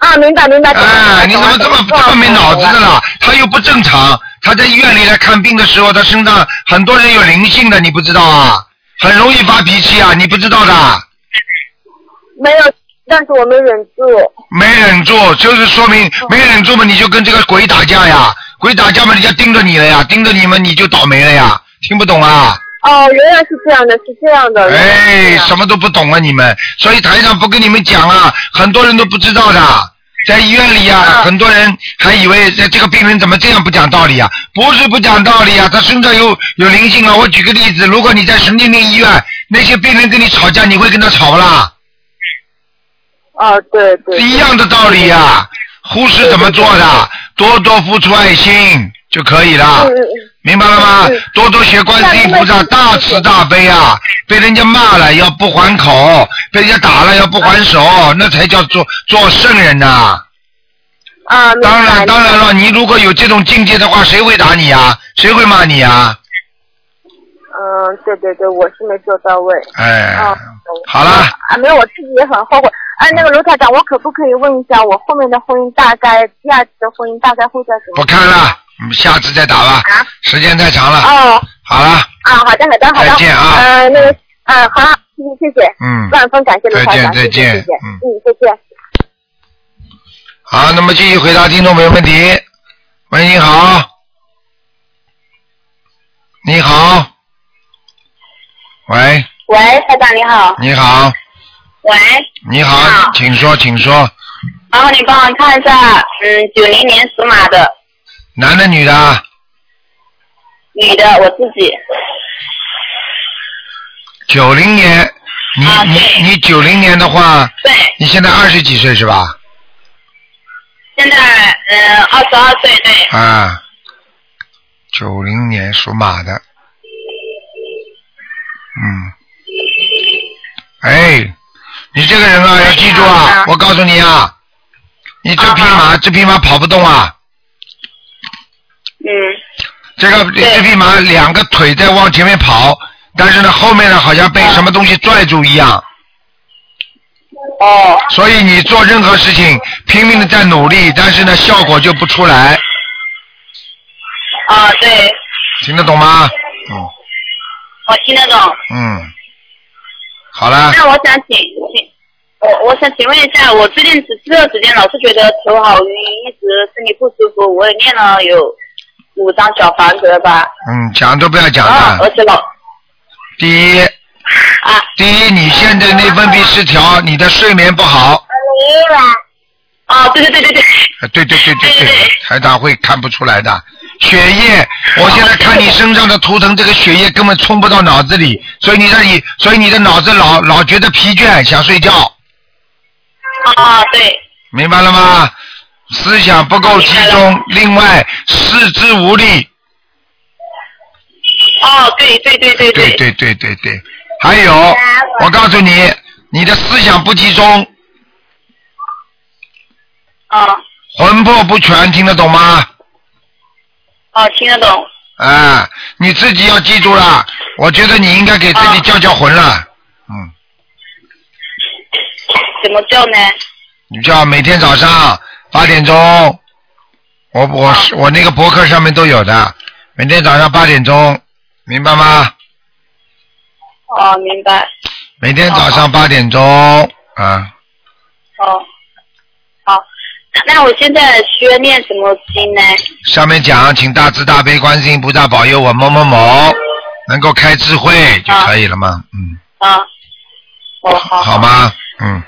啊，明白明白。懂了哎，你懂怎么了这么懂了这么没脑子的懂了啦？他又不正常，他在医院里来看病的时候，他身上很多人有灵性的，你不知道啊？很容易发脾气啊，你不知道的，没有，但是我没忍住。没忍住，就是说明没忍住嘛，你就跟这个鬼打架呀，鬼打架嘛，人家盯着你了呀，盯着你们你就倒霉了呀，听不懂啊？哦，原来是这样的，是这样的。原来是这哎，样什么都不懂啊你们，所以台上不跟你们讲啊，很多人都不知道的，在医院里呀、啊很多人还以为这这个病人怎么这样不讲道理啊？不是不讲道理啊，他身上有有灵性啊。我举个例子，如果你在神经病医院，那些病人跟你吵架，你会跟他吵不啦？哦，对对。一样的道理呀、护士怎么做的？多多付出爱心就可以了。嗯嗯嗯明白了吗嗯？多多学观世音菩萨，大慈大悲啊！被人家骂了要不还口，被人家打了要不还手，那才叫做做圣人呐、啊，明白当然，当然了，你如果有这种境界的话，谁会打你啊？谁会骂你啊？嗯，对对对，我是没做到位。哎，哦，好了啊，没有，我自己也很后悔。哎，那个卢台长，我可不可以问一下，我后面的婚姻大概第二次的婚姻大概会在什不么？看了，嗯下次再打吧，啊时间太长了。哦，好了，啊，好的，好的，好的。再见啊呃，那个，啊，好，谢谢，谢谢。嗯，万分感谢卢台再长，见谢谢再见谢谢嗯嗯，再见。好，那么继续回答听众朋友问题。喂，你好，你好，喂，喂，台长你好。你好，喂，你好，请说，请说，然后你帮我看一下，嗯，九零年属马的男的女的啊？女的，我自己。九零年，你啊对你你九零年的话，对，你现在二十几岁是吧？现在嗯二十二岁，对，啊，九零年属马的，嗯，哎，你这个人啊，要记住啊，我告诉你啊，你这匹马，这匹马跑不动啊，嗯这个这匹马两个腿在往前面跑，但是呢，后面呢好像被什么东西拽住一样，哦，所以你做任何事情拼命的在努力，但是呢效果就不出来，啊，对，听得懂吗？嗯我听得懂。嗯，好了，那我想请请我我想请问一下，我最近这这段时间老是觉得头好晕，一直身体不舒服，我也念了有五张小房子了吧，嗯，讲都不要讲啊，而了。且老第一，啊，第一，你现在内分泌失调，你的睡眠不好，啊，对对对对对，呃对对对对对对对对，台长会看不出来的。血液，我现在看你身上的图腾，这个血液根本冲不到脑子里，所以你这里，所以你的脑子老老觉得疲倦，想睡觉，啊对，明白了吗？思想不够集明中，另外四肢无力，哦对对对对对对对对对，还有，我告诉你，你的思想不集中，啊魂魄不全，听得懂吗？啊听得懂，啊，你自己要记住了，我觉得你应该给自己叫叫魂了。嗯，怎么叫呢？你叫每天早上八点钟，我我是我那个博客上面都有的，每天早上八点钟，明白吗？哦明白，每天早上八点钟啊，哦好，那那我现在需要念什么经呢？上面讲，请大慈大悲观世音菩萨保佑我某某某能够开智慧就可以了嘛，嗯，啊，哦好，好吗？嗯，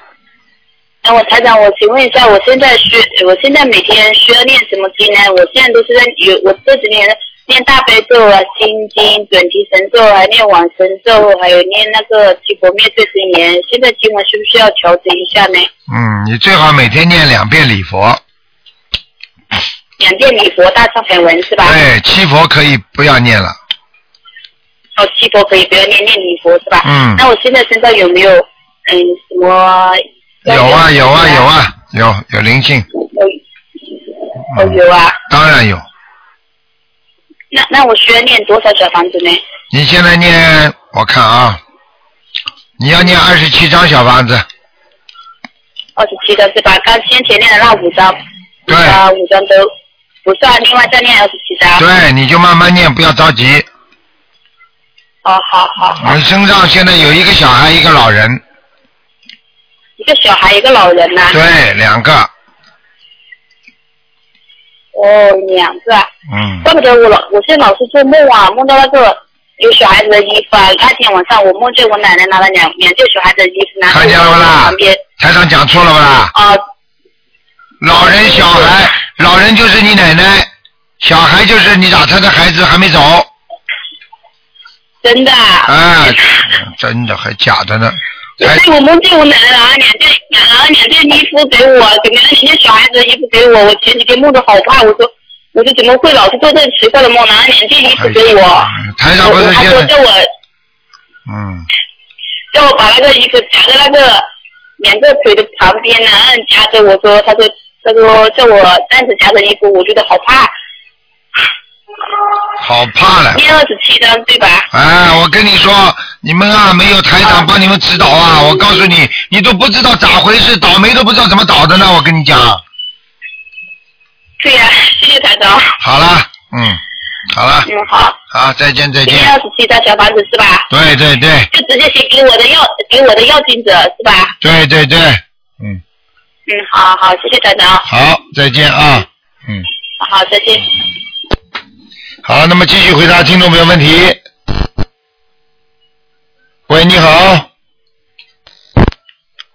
那我台长，我请问一下，我现在需，我现在每天需要念什么经呢？我现在都是在有，我这几年念大悲咒啊、心经、准提神咒，还念往生咒，还有念那个七佛灭罪真言。现在经文是不是要调整一下呢？嗯，你最好每天念两遍礼佛。两遍礼佛大忏悔文是吧？对，七佛可以不要念了。哦，七佛可以不要念，念礼佛是吧？嗯那我现在身上有没有嗯什么？有啊，有啊，有！啊，有有灵性，哦，嗯有啊。当然有。那那我需要念多少小房子呢？你现在念，我看啊，你要念二十七张小房子，二十七张是吧？刚先前练的那五张，对啊，五张都不算，另外再练二十七张。对，你就慢慢念，不要着急。哦，好好好，你身上现在有一个小孩，一个老人，一个小孩，一个老人呐、对，两个，哦，两个啊，嗯，怪不得我老，我现在老是做梦啊，梦到那个有小孩子的衣服啊。那天晚上我梦见我奶奶拿了两两件小孩子的衣服，拿看在见了我不啦旁边台上讲错了不啦？啊。老人、小孩，老人就是你奶奶，小孩就是你打他的孩子还没走，真的啊！啊，真的还假的呢，还所以我梦见我奶奶拿了两件，拿了两件衣服给我，给那些小孩子的衣服给我。我前几天梦得好怕，我说，我说怎么会老是做这种奇怪的梦？拿了两件衣服给我，哎台长我不是我还现说在叫我嗯，叫我把那个衣服夹在那个两个腿的旁边呢，然后夹着。我说，他说，他说叫我这样子夹着衣服，我觉得好怕。好怕了。念二十七章对吧？哎，我跟你说，你们啊，没有台长帮你们指导啊，我告诉你，你都不知道咋回事，倒霉都不知道怎么倒的呢。我跟你讲，对呀、谢谢台长。好了，嗯，好了，嗯，好，好，再见，再念见二。十七章小房子是吧？对对对就直接写给我的要给我的要经者是吧？对对对，嗯，嗯，好好，谢谢团长，好，再见啊，嗯，好，再见。好，那么继续回答听众朋友问题。喂，你好。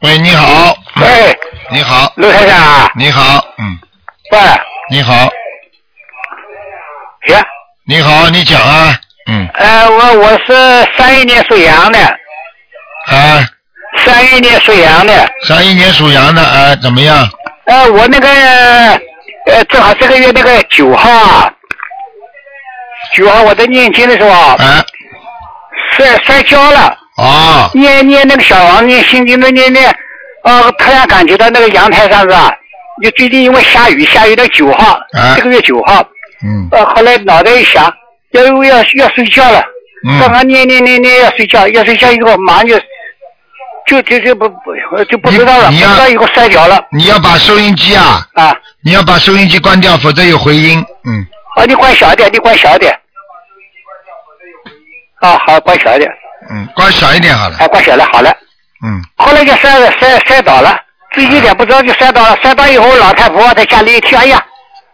喂，你好。嗯喂，你好，陆台长啊，你好，嗯，喂，你好，行，你好，你讲啊，嗯，呃，我我是三一年属羊的，啊。三一年属羊的，三一年属羊的，哎，怎么样？呃，我那个呃，正好这个月那个九号啊，九号我在念经的时候啊，哎，摔摔跤了，哦，念念那个小王念心经的念念，呃，突然感觉到那个阳台上是吧？就最近因为下雨，下雨到九号，哎这个月九号，嗯呃，后来脑袋一想，要要要睡觉了，刚嗯，刚念念念念要睡觉，要睡觉以后马上就就就就不不就不知道了，不你知要道以后摔跤了你要把收音机啊，啊你要把收音机关掉，否则有回音。嗯，啊！你关小一点，你关小一点。啊，好，关小一点，嗯，关小一点好了。啊，关小了，好了。嗯，后来就摔了摔摔倒了，自己点不知道就摔倒了，摔倒以后老太婆在家里一听，哎呀，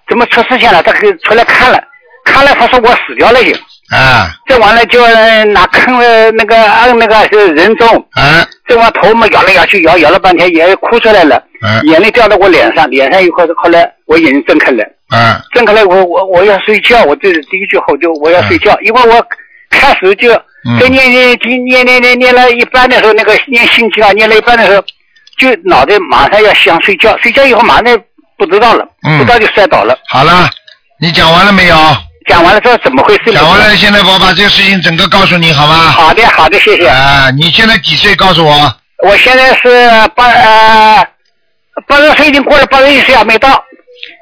怎么出事情了？她给出来看了，看了她说我死掉了已经，啊这完了就呃拿坑了那个按那个是人中，啊这完头嘛摇来摇去摇摇了半天也哭出来了，啊眼泪掉到我脸上，脸上以后后来我眼睛睁开了，啊睁开了我我我要睡觉，我这是第一句后就我要睡觉，因为我开始就嗯在念念念念念念了一半的时候，那个念心经啊，念了一半的时候，就脑袋马上要想睡觉，睡觉以后马上不知道了，嗯不知道就摔倒了。好了，你讲完了没有？讲完了之后怎么回事？讲完了，。现在我把这个事情整个告诉你好吗？好的，好的，谢谢。啊，你现在几岁？告诉我。我现在是八呃八十岁已经过了，八十一岁还没到，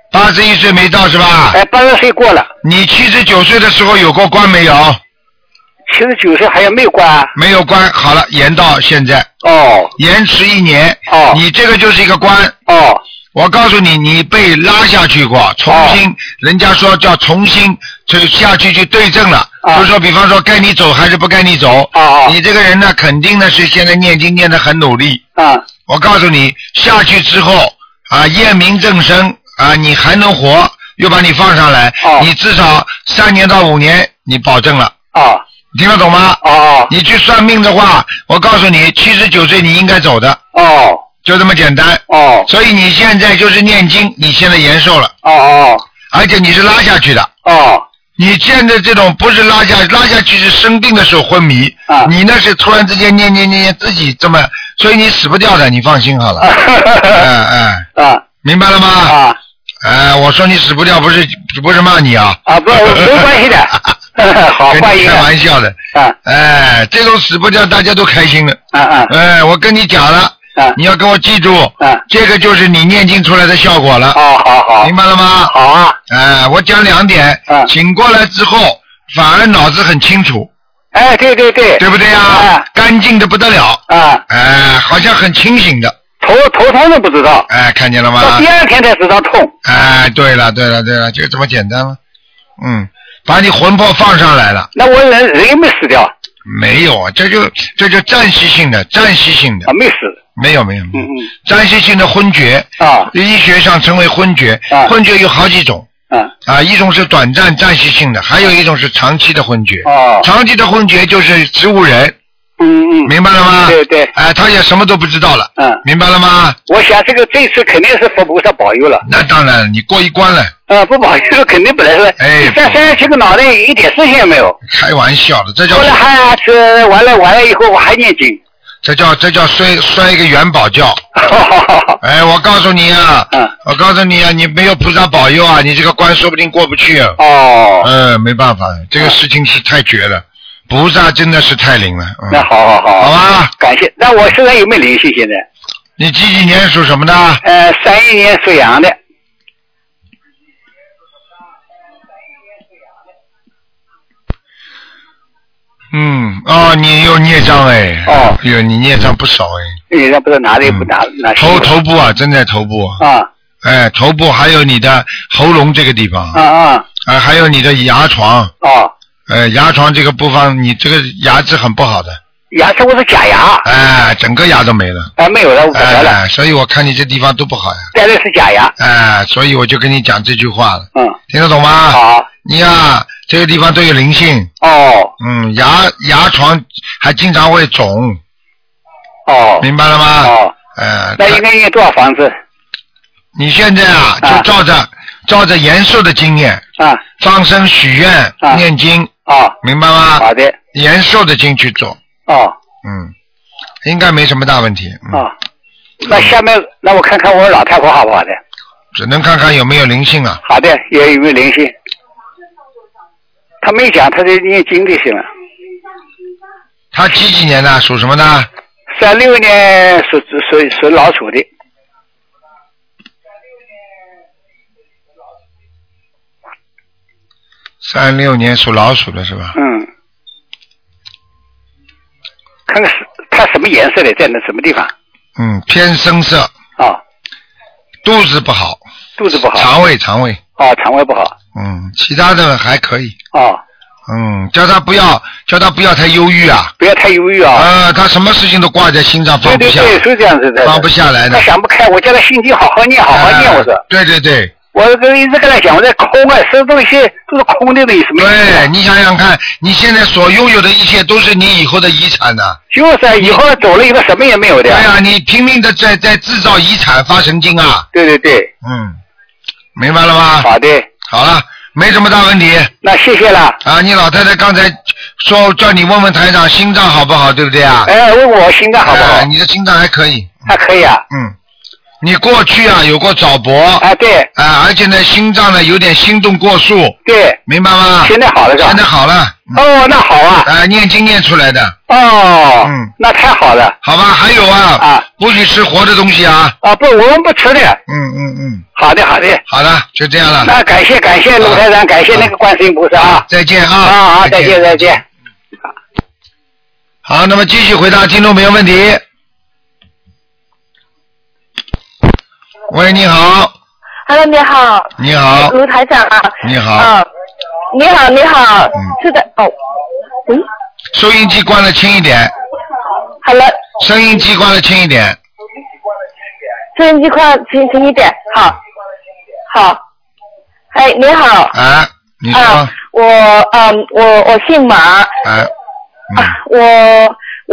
八十一岁没到是吧？哎，八十岁过了，你七十九岁的时候有过关没有？七十九岁好像没有关啊。没有关，好了，延到现在，哦延迟一年。哦你这个就是一个关。哦我告诉你，你被拉下去过，重新，人家说叫重新，就下去去对症了。啊就是说，比方说该你走还是不该你走。哦哦你这个人呢，肯定呢是现在念经念得很努力。啊我告诉你，下去之后啊，验明正身啊，你还能活，又把你放上来，哦你至少三年到五年，你保证了，哦听得懂吗？哦你去算命的话，我告诉你，七十九岁你应该走的，哦就这么简单。哦所以你现在就是念经，你现在延寿了，哦哦而且你是拉下去的。哦 [LAUGHS] 你现在这种不是拉下，拉下去是生病的时候昏迷，啊你那是突然之间念念念念自己这么，所以你死不掉的，你放心好了。哎啊哎，啊明白了吗？啊哎，我说你死不掉，不是不是骂你啊，啊！不，没关系的， [LAUGHS] 好跟欢你迎开啊玩笑的。啊哎，这种死不掉，大家都开心的。啊啊哎，我跟你讲了，啊 [LAUGHS] 你要跟我记住，啊！这个就是你念经出来的效果了，哦，好好明白了吗？好啊！哎，我讲两点啊，醒过来之后反而脑子很清楚，哎，对对对对不对啊啊？干净的不得了，啊，哎，好像很清醒的，头头痛都不知道，哎，看见了吗？到第二天才知道痛。哎，对了，对了，对了，就这么简单吗？嗯，把你魂魄放上来了，那我人人又没死掉啊，没有啊？这就这就暂时性的，暂时性的，没死。没有没有，没嗯有，嗯暂时性的昏厥，啊医学上称为昏厥啊，昏厥有好几种啊啊，一种是短暂暂时性的，还有一种是长期的昏厥。哦长期的昏厥就是植物人，嗯嗯明白了吗？对对哎，他也什么都不知道了，嗯，明白了吗？我想这个这次肯定是佛菩萨保佑了，那当然，你过一关了，啊不保佑肯定本来是，哎三三十七个脑袋一点事情也没有。开玩笑了，这叫后来还是哎完了完了以后我还念经， [LAUGHS] 这叫这叫摔摔一个元宝觉。啊哎，我告诉你啊，嗯我告诉你啊，你没有菩萨保佑啊，你这个关说不定过不去啊。哦。嗯，没办法，这个事情是太绝了，菩萨真的是太灵了。嗯、那，好好好，好吧感谢。那我身上有没有联系？现在？你几几年属什么的？呃，三一年属羊的，嗯，哦，你有孽障哎。哦有你孽障不少哎。你那不是哪里不打哪嗯头头部啊，正在头部，啊哎，头部还有你的喉咙这个地方，啊啊啊，还有你的牙床，哦，呃，牙床这个部分，你这个牙齿很不好的，牙齿我是假牙，哎，整个牙都没了。啊没有了，我不得了，哎，所以我看你这地方都不好呀，戴的是假牙，哎，所以我就跟你讲这句话了，嗯，听得懂吗？好你呀、这个地方都有灵性，哦嗯，牙牙床还经常会肿，哦明白了吗？哦，呃，那应该念多少房子你现在啊，就啊照着、照着延寿的经验，啊放生、许愿、啊念经，啊？明白吗？好的延寿的经去做，哦嗯，应该没什么大问题，嗯，啊哦，那下面那我看看我老太婆好不好的？只能看看有没有灵性啊。好的，也有没有联系？他没讲，他在念经就行了。他几几年的？属什么的？三六年属属属老鼠的，三嗯六年属老鼠的是吧？嗯，看看是它什么颜色的，在那什么地方？嗯，偏深色，啊，肚子不好，肚子不好，肠胃肠胃，啊，肠胃不好，嗯，其他的还可以，啊，嗯，叫他不要叫他不要太忧郁啊，不要太忧郁啊。呃，他什么事情都挂在心上对放不对下，对，是这样子的。放不下来的他，想不开，我叫他心经好好念，好好念。我呃说，对对对我跟一直跟他讲，我在空啊，什么东西都是空的，没什么意思啊对，你想想看，你现在所拥有的一切都是你以后的遗产呐、就是啊，以后走了以后什么也没有的对啊。呀、你拼命的在在制造遗产，发神经啊！对对对，嗯，明白了吗？ [LAUGHS] 好的，好了，没什么大问题那谢谢了。啊。你老太太刚才说叫你问问台长心脏好不好，对不对啊？哎，问我心脏好不好哎？你的心脏还可以，还可以啊。嗯。你过去啊有过早搏，啊，对啊，而且呢心脏呢有点心动过速，对，明白吗？现在好了是吧啊现在？好了，嗯哦，那好啊。啊，念经念出来的，哦嗯，那太好了好吧？还有啊，啊不许吃活的东西啊。啊！不，我们不吃的。嗯嗯嗯，好的，好的。好了，就这样了。那感谢感谢卢台长，感谢那个观世音菩萨啊！再见啊啊！啊，再见再见。好，那么继续回答听众朋友问题。喂，你好， Hello，你好，你好，卢台长啊。你好，啊，你好，你好，嗯是的，哦，嗯，收音机关了轻一点，好了，收音机关了轻一点。收音机快轻轻一点，好，好，哎，你好，啊，你说，啊，我嗯，我我姓马，啊，嗯，啊，我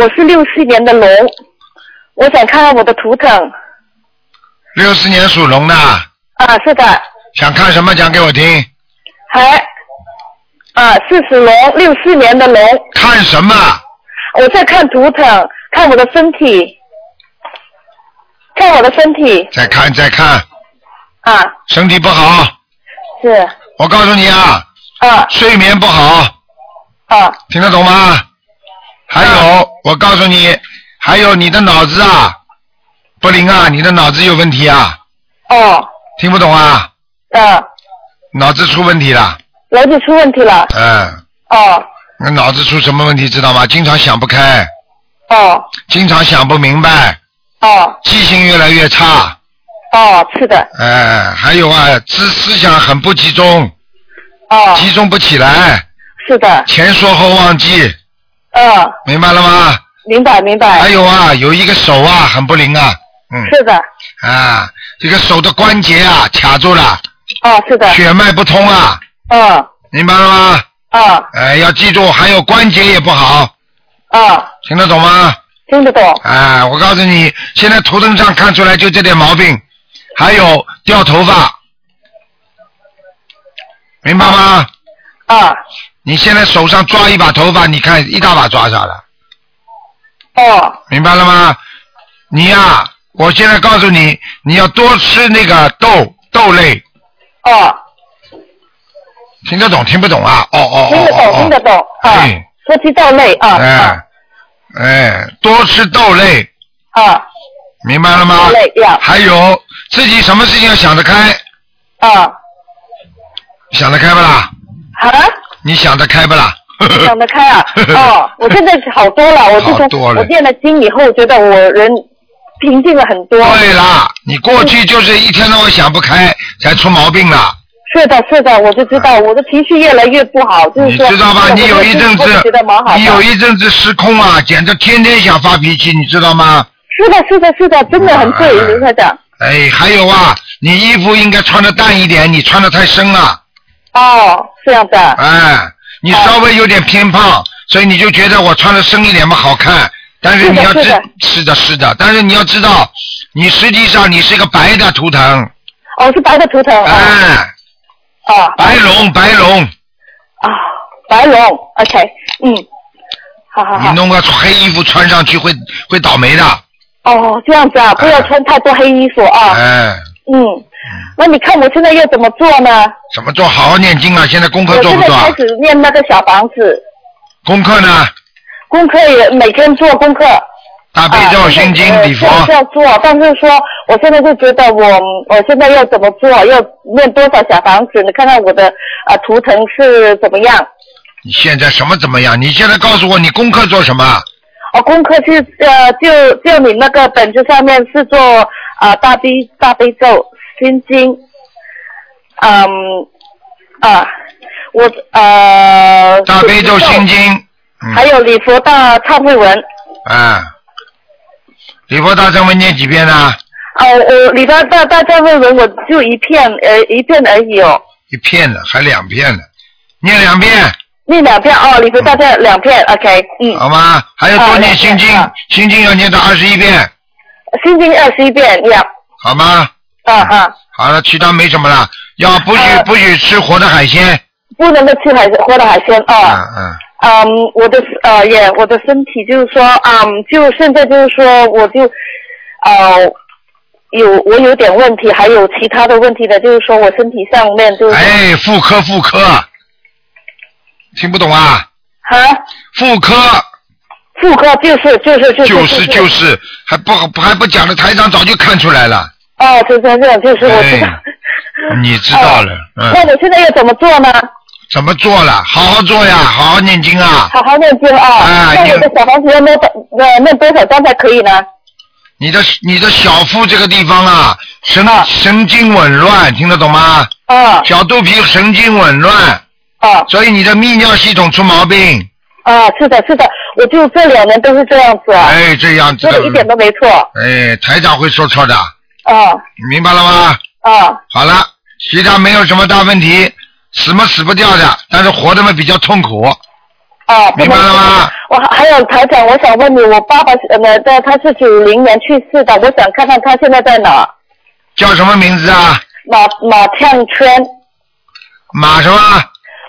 我是六四年的龙，我想看看我的图腾，六四年属龙的，啊，是的，想看什么讲给我听，还，啊，四十龙，六四年的龙，看什么？我在看图腾，看我的身体，看我的身体，再看再看，啊，身体不好，是，我告诉你啊，啊睡眠不好，啊，听得懂吗？还有，我告诉你，还有你的脑子啊，不灵啊，你的脑子有问题啊，哦，听不懂啊，啊，脑子出问题了，脑子出问题了，嗯，哦那脑子出什么问题知道吗？经常想不开，哦经常想不明白，哦记性越来越差，哦，是的，哎、还有啊，思思想很不集中，哦，集中不起来，是的，前说后忘记，嗯，明白了吗？明白明还白，有啊，有一个手啊，很不灵啊，嗯，是的，啊，这个手的关节啊卡住了，哦，是的，血脉不通啊，嗯明白了吗？嗯哎，要记住，还有关节也不好，嗯，听得懂吗？听得懂，啊，我告诉你，现在图腾上看出来就这点毛病，还有掉头发，明白吗？啊你现在手上抓一把头发，你看一大把抓下来，哦明白了吗？你呀、我现在告诉你，你要多吃那个豆豆类，哦，听得懂听不懂啊？哦哦哦听得哦懂哦听得懂啊对，说起豆类啊哎啊哎，多吃豆类，啊明白了吗豆？类呀还有自己什么事情要想得开，啊想得开不啦？啊，你想得开不啦？想得 [LAUGHS] 开啊哦，我现在好多了，我好自从多了我念了经以后，觉得我人平静了很多，对啦，你过去就是一天到晚想不开，才出毛病啦。是的，是的，我就知道我的情绪越来越不好，就嗯是你说，知道吧？你有一阵我子觉得蛮好，的，你有一阵子失控啊，简直天天想发脾气，你知道吗？是的，是的，是的，真的很哎对，林科长。哎，还有啊，你衣服应该穿的淡一点，你穿的太深啊了。哦，这样的， [LAUGHS] 哎，你稍微有点偏胖，所以你就觉得我穿的深一点嘛好看。但是你要知是的是的，是的，但是你要知道，你实际上你是一个白的图腾，哦，是白的图腾，啊哎，啊白龙白龙，啊，白龙，OK，嗯，好好你好，弄个黑衣服穿上去会会倒霉的，哦，这样子啊，不要穿太多黑衣服啊，哎，嗯，那你看我现在要怎么做呢？怎么做？好好念经啊！现在功课我做哦不现在做啊开？始念那个小房子，功课呢？功课也每天做功课。啊呃大悲咒、啊心经、哦礼佛，是要做，但是说我现在就觉得我我现在要怎么做，要念多少小房子？你看看我的呃图腾是怎么样？你现在什么怎么样？你现在告诉我你功课做什么？我哦功课就呃就就你那个本子上面是做呃大悲大悲咒心经，嗯啊我呃大悲咒心经，嗯还有礼佛大忏悔文，啊，礼佛大忏文念几遍呢？哦、我礼佛大大忏悔文我就一片呃一片而已哦，一片呢，还两片呢，念两遍，那两片哦礼佛大忏两片，OK 嗯，好吗？还要多念心经啊，心经要念到二十一遍，心经二十一遍呀，好吗？啊啊，好了，其他没什么了。嗯要不许不许吃活的海鲜，不能够吃海活的海鲜哦。嗯嗯，嗯，我的呃也我的身体就是说，嗯，就现在就是说，我就呃有我有点问题，还有其他的问题的，就是说我身体上面就是哎，妇科妇科，听不懂啊？哈妇科妇科就是就是就是就是就是，还不好还不讲的，台长早就看出来了，哦，就是这样，就是哦我知道。哎你知道了，那嗯，我现在要怎么做呢？怎么做了？好好做呀，好好念经啊。好好念经啊！哎那我的小房子要念多呃念多少张才可以呢？你的你的小腹这个地方啊，神神经紊乱，听得懂吗？啊小肚皮神经紊乱，啊所以你的泌尿系统出毛病。啊！是的，是的，我就这两年都是这样子啊，哎，这样子说的的，一点都没错哎，台长会说错的，啊你明白了吗？啊！好了，其他没有什么大问题，死嘛死不掉的，但是活的嘛比较痛苦，啊，不明能白了吗？我还还有台长，我想问你，我爸爸是呃，那他他是九零年去世的，我想看看他现在在哪？叫什么名字啊？马马呛圈，马什么？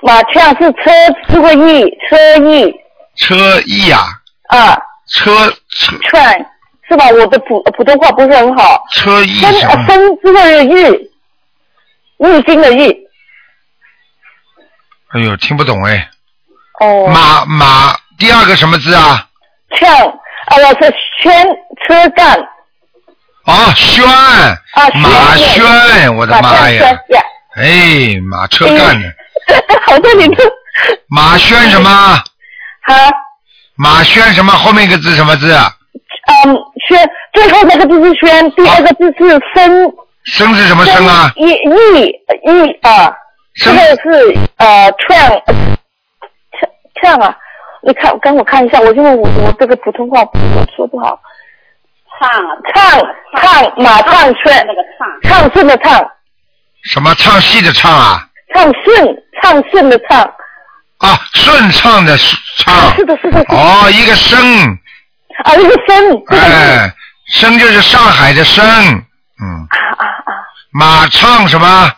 马呛是车是个翼，车翼车毅啊？啊，车车圈是吧？我的普呃普通话不是很好，车毅生呃什么？生这个日，日经的日，哎呦，听不懂哎。哦，马马第二个什么字啊？呛啊，我是圈车站哦，轩，啊，马圈轩，我的马妈呛呀圈！呀， [LAUGHS] 哎，马车干的，好在 [LAUGHS] 你们马轩什么？啊。马轩什么？后面一个字什么字啊？嗯，轩，最后那个字是轩，第二个字是生，生是什么哦生啊？意意意啊，这生个是呃串串串啊，你看，跟我看一下，我因为我我这个普通话我说不好，唱唱唱马唱那圈，个唱，唱顺的唱，什么唱戏的唱啊？唱顺唱顺的唱，啊，顺畅的啊 [LAUGHS] 唱是。的是的是的，哦，一个生，啊那个生，这个是哎，生就是上海的生，嗯。啊啊嗯啊，马唱什么？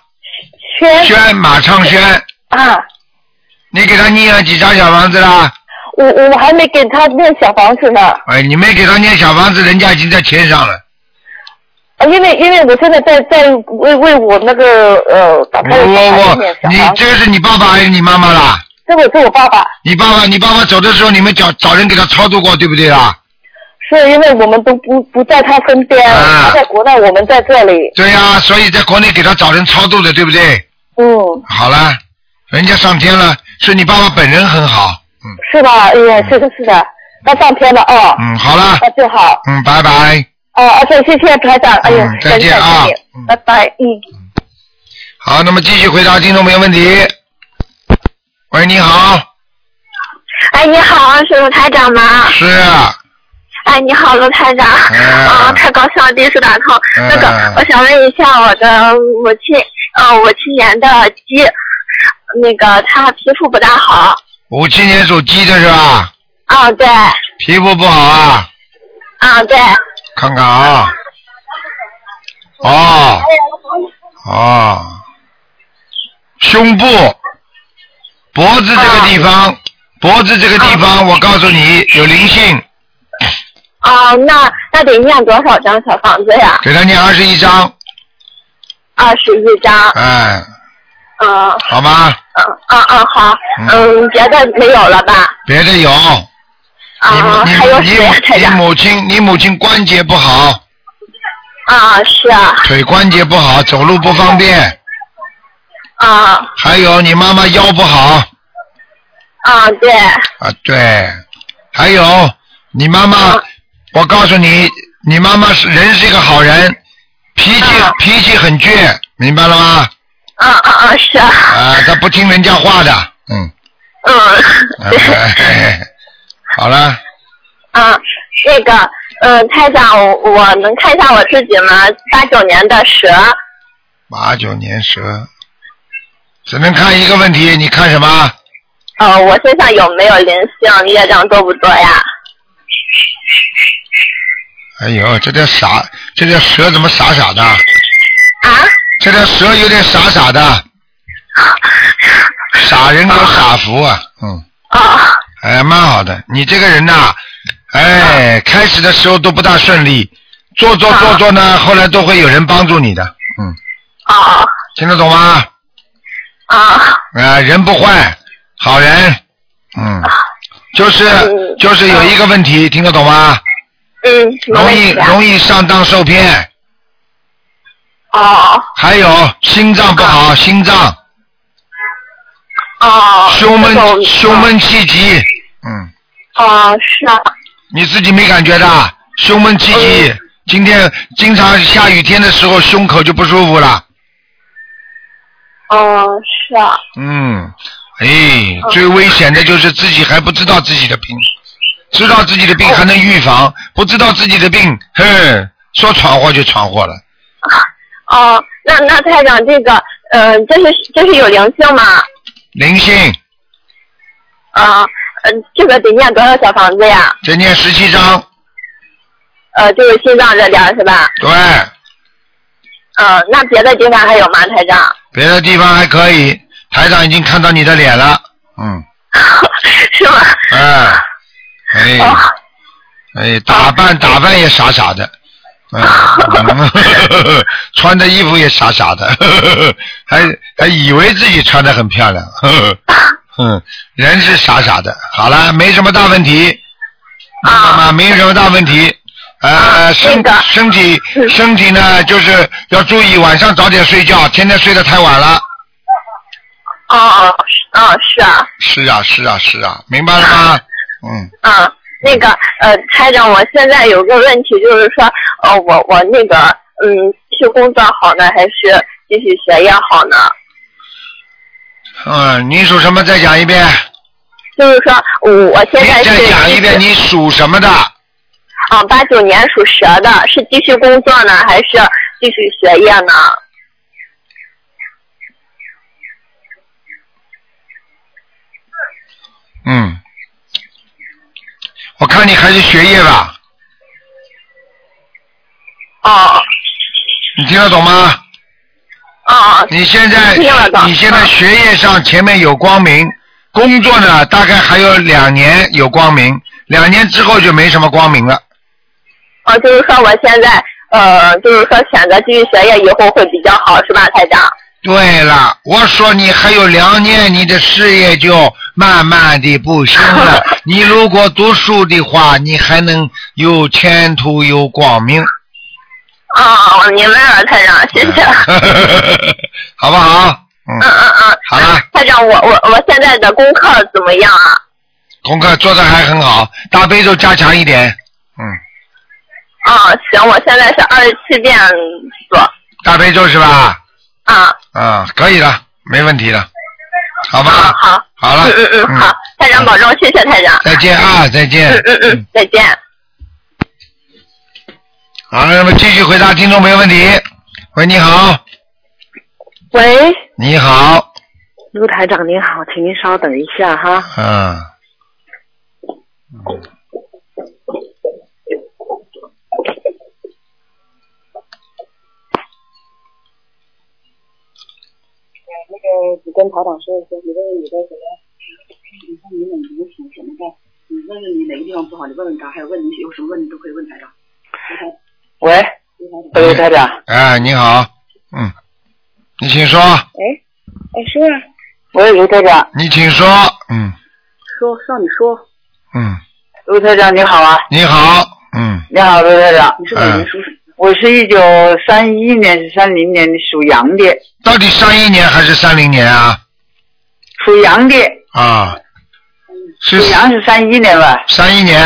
轩轩，马唱轩。啊，你给他念了几张小房子啦？我我还没给他念小房子呢。哎，你没给他念小房子，人家已经在天上了。啊，因为因为我现在在在为为我那个呃打我开我我的小我，你房子，这个是你爸爸还是你妈妈啦？这个是我爸爸，你爸爸，你爸爸走的时候，你们找找人给他超度过，对不对啦？是因为我们都不不在他身边，啊他在国内，我们在这里，对呀、所以在国内给他找人超度的，对不对？嗯，好了，人家上天了，是你爸爸本人很好。嗯是吧？哎呀，是的，是的，那上天了哦，嗯，好了，那就好，嗯，拜拜。哦，而且谢谢台长，哎呀嗯，再感谢见啊感谢你，拜拜，嗯。好，那么继续回答听众朋友问题。喂，你好，哎，你好，啊，是卢台长吗？是，哎，你好，卢台长。嗯 [LAUGHS] 啊，太高兴了，第一次打通。嗯那个，我想问一下我的母亲，呃，我七年的鸡，那个她皮肤不大好。五七年属鸡的是吧？啊，对，皮肤不好啊，啊，对，看看啊，哦，哦，胸部、脖子这个地方，啊脖子这个地方，我告诉你有灵性，啊，那那得念多少张小房子呀？给他念二十一章，二十一张。哎，嗯好吗？嗯嗯嗯，好嗯。嗯，别的没有了吧？别的有，你啊，你还有你谁呀，台你长？母亲你母亲关节不好，啊，是啊，腿关节不好，走路不方便，啊还有你妈妈腰不好啊，对，啊，对，还有你妈妈，我告诉你，你妈妈是人是一个好人，脾气脾气很倔，明白了吗？哦啊啊啊！是啊。啊，她不听人家话的，嗯。 [LAUGHS] 嗯。好了，啊，那个，嗯、台长，我我能看一下我自己吗？八九年的蛇，八九年蛇，只能看一个问题，你看什么？呃，我身上有没有灵性？业障多不多呀？哎呦，这条傻，这条蛇怎么傻傻的？啊？这条蛇有点傻傻的，傻人有傻福啊，嗯。啊。哎，蛮好的，你这个人呐、嗯哎，开始的时候都不大顺利，做做做做呢，后来都会有人帮助你的，嗯。啊。听得懂吗？啊。啊，人不坏，好人，嗯，啊就是就是有一个问题，听得懂吗？嗯，没容问易题啊容易上当受骗，哦还有心脏不好，心脏哦。胸这种闷胸闷气急，嗯。哦，是啊。嗯你自己没感觉的，胸闷气急。今天经常下雨天的时候，胸口就不舒服了。嗯，是啊。嗯，哎，哦最危险的就是自己还不知道自己的病，知道自己的哦病还能预防，不知道自己的病，哼，说闯祸就闯祸了。哦，那那台长这个，嗯、这是这是有灵性吗？灵性，啊，嗯、这个得念多少小房子呀？再念十七章，呃，就是心脏这点儿是吧？对，嗯、那别的地方还有吗，台长？ [LAUGHS] 别的地方还可以。台长已经看到你的脸了，嗯，是吗？哎，哎，哎，打扮打扮也傻傻的，嗯， [LAUGHS] 穿的衣服也傻傻的， [LAUGHS] 还还以为自己穿的很漂亮， [LAUGHS] 嗯，人是傻傻的。好了，没什么大问题，啊，没什么大问题。呃，身身体身体呢，就是要注意晚上早点睡觉，天天睡得太晚了。哦哦，哦，是啊。是啊，是啊，是啊，明白了 [LAUGHS] 吗？嗯，啊，那个呃，台长，我现在有个问题，就是说，呃，我我那个嗯，去工作好呢，还是继续学业好呢？嗯，你属什么？再讲一遍。就是说，我我现在你 [LAUGHS] 再是讲一遍，你属什么的？啊，八九年属蛇的，是继续工作呢，还是继续学业呢？嗯，我看你还是学业吧。哦。你听得懂吗？啊。你现在听得懂你现在学业上前面有光明，工作呢大概还有两年有光明，两年之后就没什么光明了。啊，就是说我现在呃，就是说选择继续学业以后会比较好，是吧，台长？对了，我说你还有两年，你的事业就慢慢的不行 [LAUGHS] 了。你如果读书的话，你还能有前途有光明，哦，我明白了，台长，谢谢。 [LAUGHS] 嗯好不好？嗯 [LAUGHS] 嗯嗯嗯。好了。台长，我我我现在的功课怎么样啊？功课做的还很好，大悲咒加强一点，嗯啊，行，我现在是二十七遍左。大悲咒是吧？啊，啊，可以了，没问题了，好吧？啊哎好，好了，嗯嗯嗯，好，台长保重，谢谢台长。再见啊，再见。嗯嗯嗯，再见。好，那么继续回答听众没问题。喂，你好，喂，你好，卢台长您好，请您稍等一下哈。嗯，那个，你跟台长说一声，你问问你的什么，你看你哪个属什么的，你问问你哪个地方不好，你问问他，还有问你有什么问题都可以问台长。喂，喂，台长，哎，你好，嗯，你请说，哎，哎，说啊，喂，卢台长，你请说，嗯说，让你说，嗯，卢台长你好啊，你好，嗯你好，卢台长，你是哪啊年嗯属什么？我是一九三一年是三零年属羊的，到底三一年还是三零年啊？属羊的，啊，属是羊是三一年吧？三一年，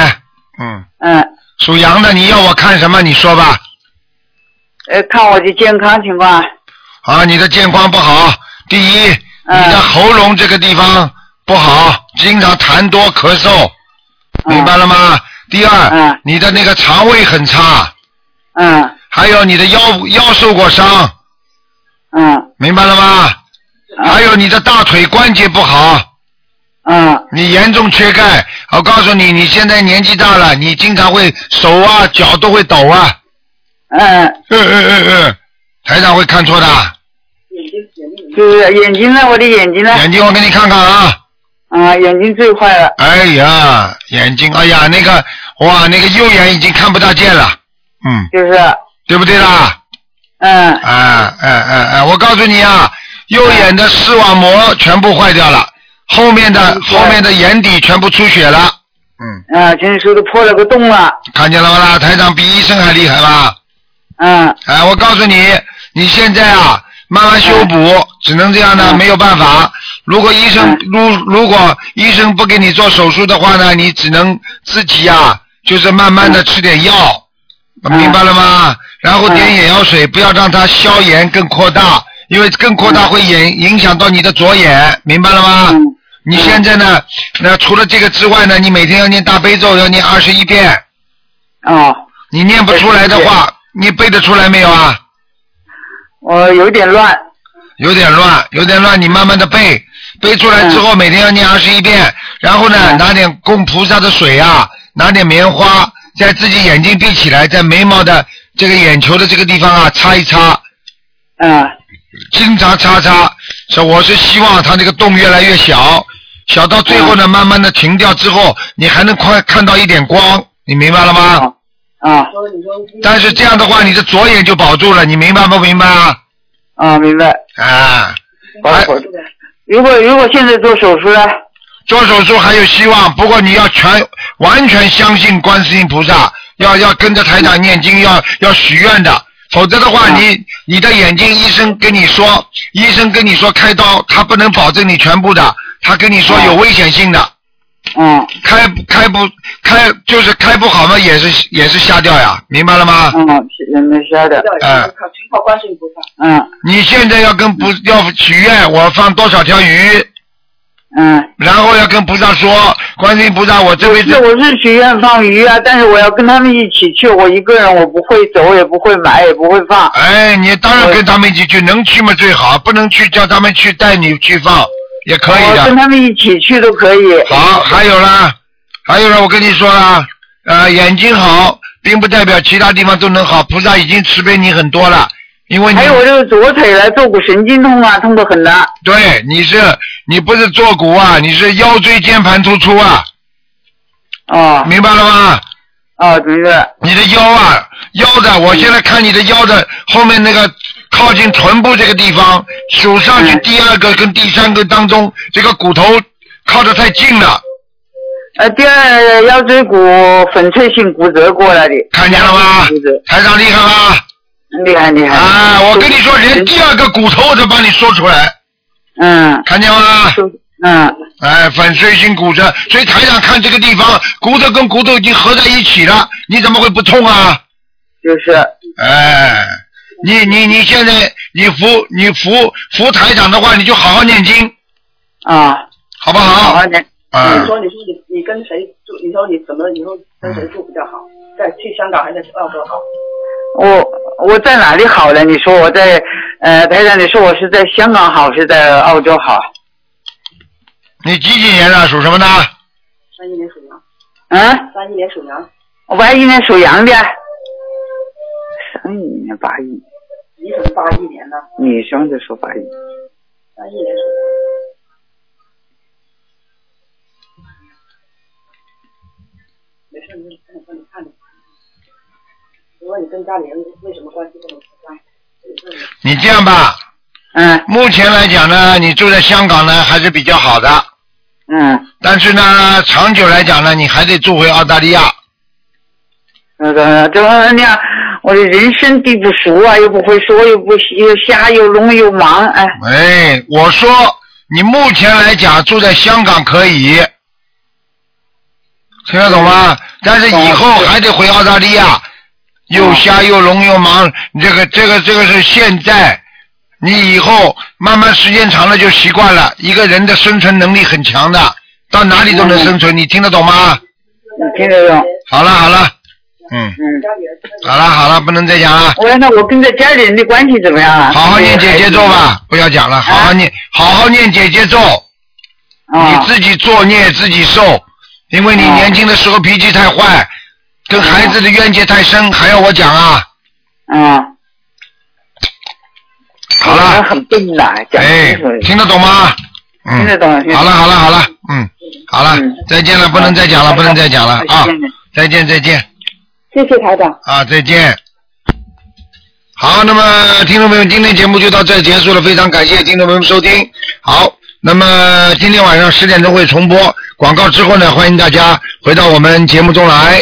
嗯，嗯，属羊的，你要我看什么？你说吧。呃，看我的健康情况。啊，你的健康不好，第一，你的喉咙这个地方不好，经常痰多咳嗽，明白了吗？第二，你的那个肠胃很差。嗯。还有你的腰腰受过伤。嗯。明白了吗？还有你的大腿关节不好。嗯。你严重缺钙，我告诉你，你现在年纪大了，你经常会手啊脚都会抖啊。嗯。嗯嗯嗯嗯，台长会看错的。就是眼睛呢，啊我的眼嗯睛呢？眼睛，我给你看看啊。啊，眼睛最坏了。哎呀，眼睛，哎呀，那个，哇，那个右眼已经看不大见了，嗯，就是，对不对啦？嗯。哎哎哎哎，我告诉你啊，右眼的视网膜全部坏掉了，后面的后面的眼底全部出血了，啊，前手都破了个洞了。看见了吧啦？台长比医生还厉害吧？嗯。哎，我告诉你，你现在啊，慢慢修补，只能这样呢，没有办法。如果医生如如果医生不给你做手术的话呢，你只能自己呀、就是慢慢的吃点药，明白了吗？然后点眼药水，不要让它消炎更扩大，因为更扩大会影影响到你的左眼，明白了吗？嗯嗯你现在呢？那除了这个之外呢，你每天要念大悲咒，要念二十一遍。哦。你念不出来的话，你背得出来没有啊？我有点乱。有点乱，有点乱，你慢慢的背，背出来之后每天要念二十一遍，然后呢，拿点供菩萨的水啊，拿点棉花，在自己眼睛闭起来，在眉毛的这个眼球的这个地方啊擦一擦。嗯。经常擦擦，是我是希望它这个洞越来越小，小到最后呢，慢慢的停掉之后，你还能快看到一点光，你明白了吗？啊。但是这样的话，你的左眼就保住了，你明白不明白啊？啊，明白。啊。哎如果如果现在做手术呢？做手术还有希望，不过你要全完全相信观世音菩萨，要要跟着台长念经，要要许愿的，否则的话，你你的眼睛医生跟你说，医生跟你说开刀，他不能保证你全部的，他跟你说有危险性的。嗯。开开不开就是开不好嘛，也是也是瞎掉呀，明白了吗？嗯，人没瞎的。嗯。靠全靠观世音菩萨。嗯。你现在要跟菩要许愿，我放多少条鱼？嗯。然后要跟菩萨说，观世音菩萨，我这辈是子我是许愿放鱼啊，但是我要跟他们一起去，我一个人我不会走，也不会买，也不会放。哎，你当然跟他们一起去，能去嘛最好，不能去叫他们去带你去放也可以我跟的。他们一起去都可以。好，还有啦，还有啦，我跟你说啦，呃，眼睛好，并不代表其他地方都能好，菩萨已经慈悲你很多了，因为你还有我这个左腿来坐骨神经痛啊，痛得很呐。对你是你不是坐骨啊，你是腰椎间盘突出啊。哦。明白了吗？哦，明白。你的腰啊，腰的，我现在看你的腰的后面那个靠近臀部这个地方，数上去第二个跟第三个当中，这个骨头靠得太近了，呃，第二腰椎骨粉碎性骨折过来的。看见了吗？台长厉害吧？厉害嗯厉害。啊，我跟你说，连第二个骨头我都帮你说出来。嗯。看见吗？嗯。哎，粉碎性骨折，所以台长看这个地方，骨头跟骨头已经合在一起了，你怎么会不痛啊？就是。啊哎，你你你现在你服你服服台长的话，你就好好念经。啊。好不好？好好念。啊你。说，你说你你跟谁住？你说你怎么以后跟嗯谁住比较好？在去香港还是去哦澳洲好？我我在哪里好呢？你说我在呃，台长，你说我是在香港好，是在澳洲好？你几几年的？属什么的？三一年属羊。嗯，三一年属羊，我八一年属羊的。三一年八一，你怎么八一年呢？女生就说八一。三一年属羊。没事，你看你看你看你。我问你跟家里人为什么关系这么复杂？你这样吧。嗯。目前来讲呢，你住在香港呢还是比较好的。嗯。但是呢，长久来讲呢，你还得住回澳大利亚。那个，这玩意我的人生地不熟啊，又不会说，又不又瞎又聋又盲，哎，哎，我说你目前来讲住在香港可以，听得懂吗？但是以后还得回澳大利亚，又瞎又聋又盲，你这个这个这个是现在，你以后慢慢时间长了就习惯了。一个人的生存能力很强的，到哪里都能生存，你听得懂吗？听得懂。好了好了，嗯，好了好了，不能再讲了。我那我跟这家里人的关系怎么样啊？好好念姐姐咒吧，不要讲了，好好念，好好念姐姐咒。嗯啊你自己作孽自己受，因为你年轻的时候脾气太坏，跟孩子的冤结太深，还要我讲啊？嗯。好了，很笨的，哎，听得懂吗？嗯，听得懂。好了好了好了，嗯，好了，再见了，不能再讲了，不能再讲了啊！再见再见谢谢台长。啊，再见。好，那么听众朋友们，今天节目就到这儿结束了，非常感谢听众朋友们收听。好，那么今天晚上十点钟会重播广告之后呢，欢迎大家回到我们节目中来。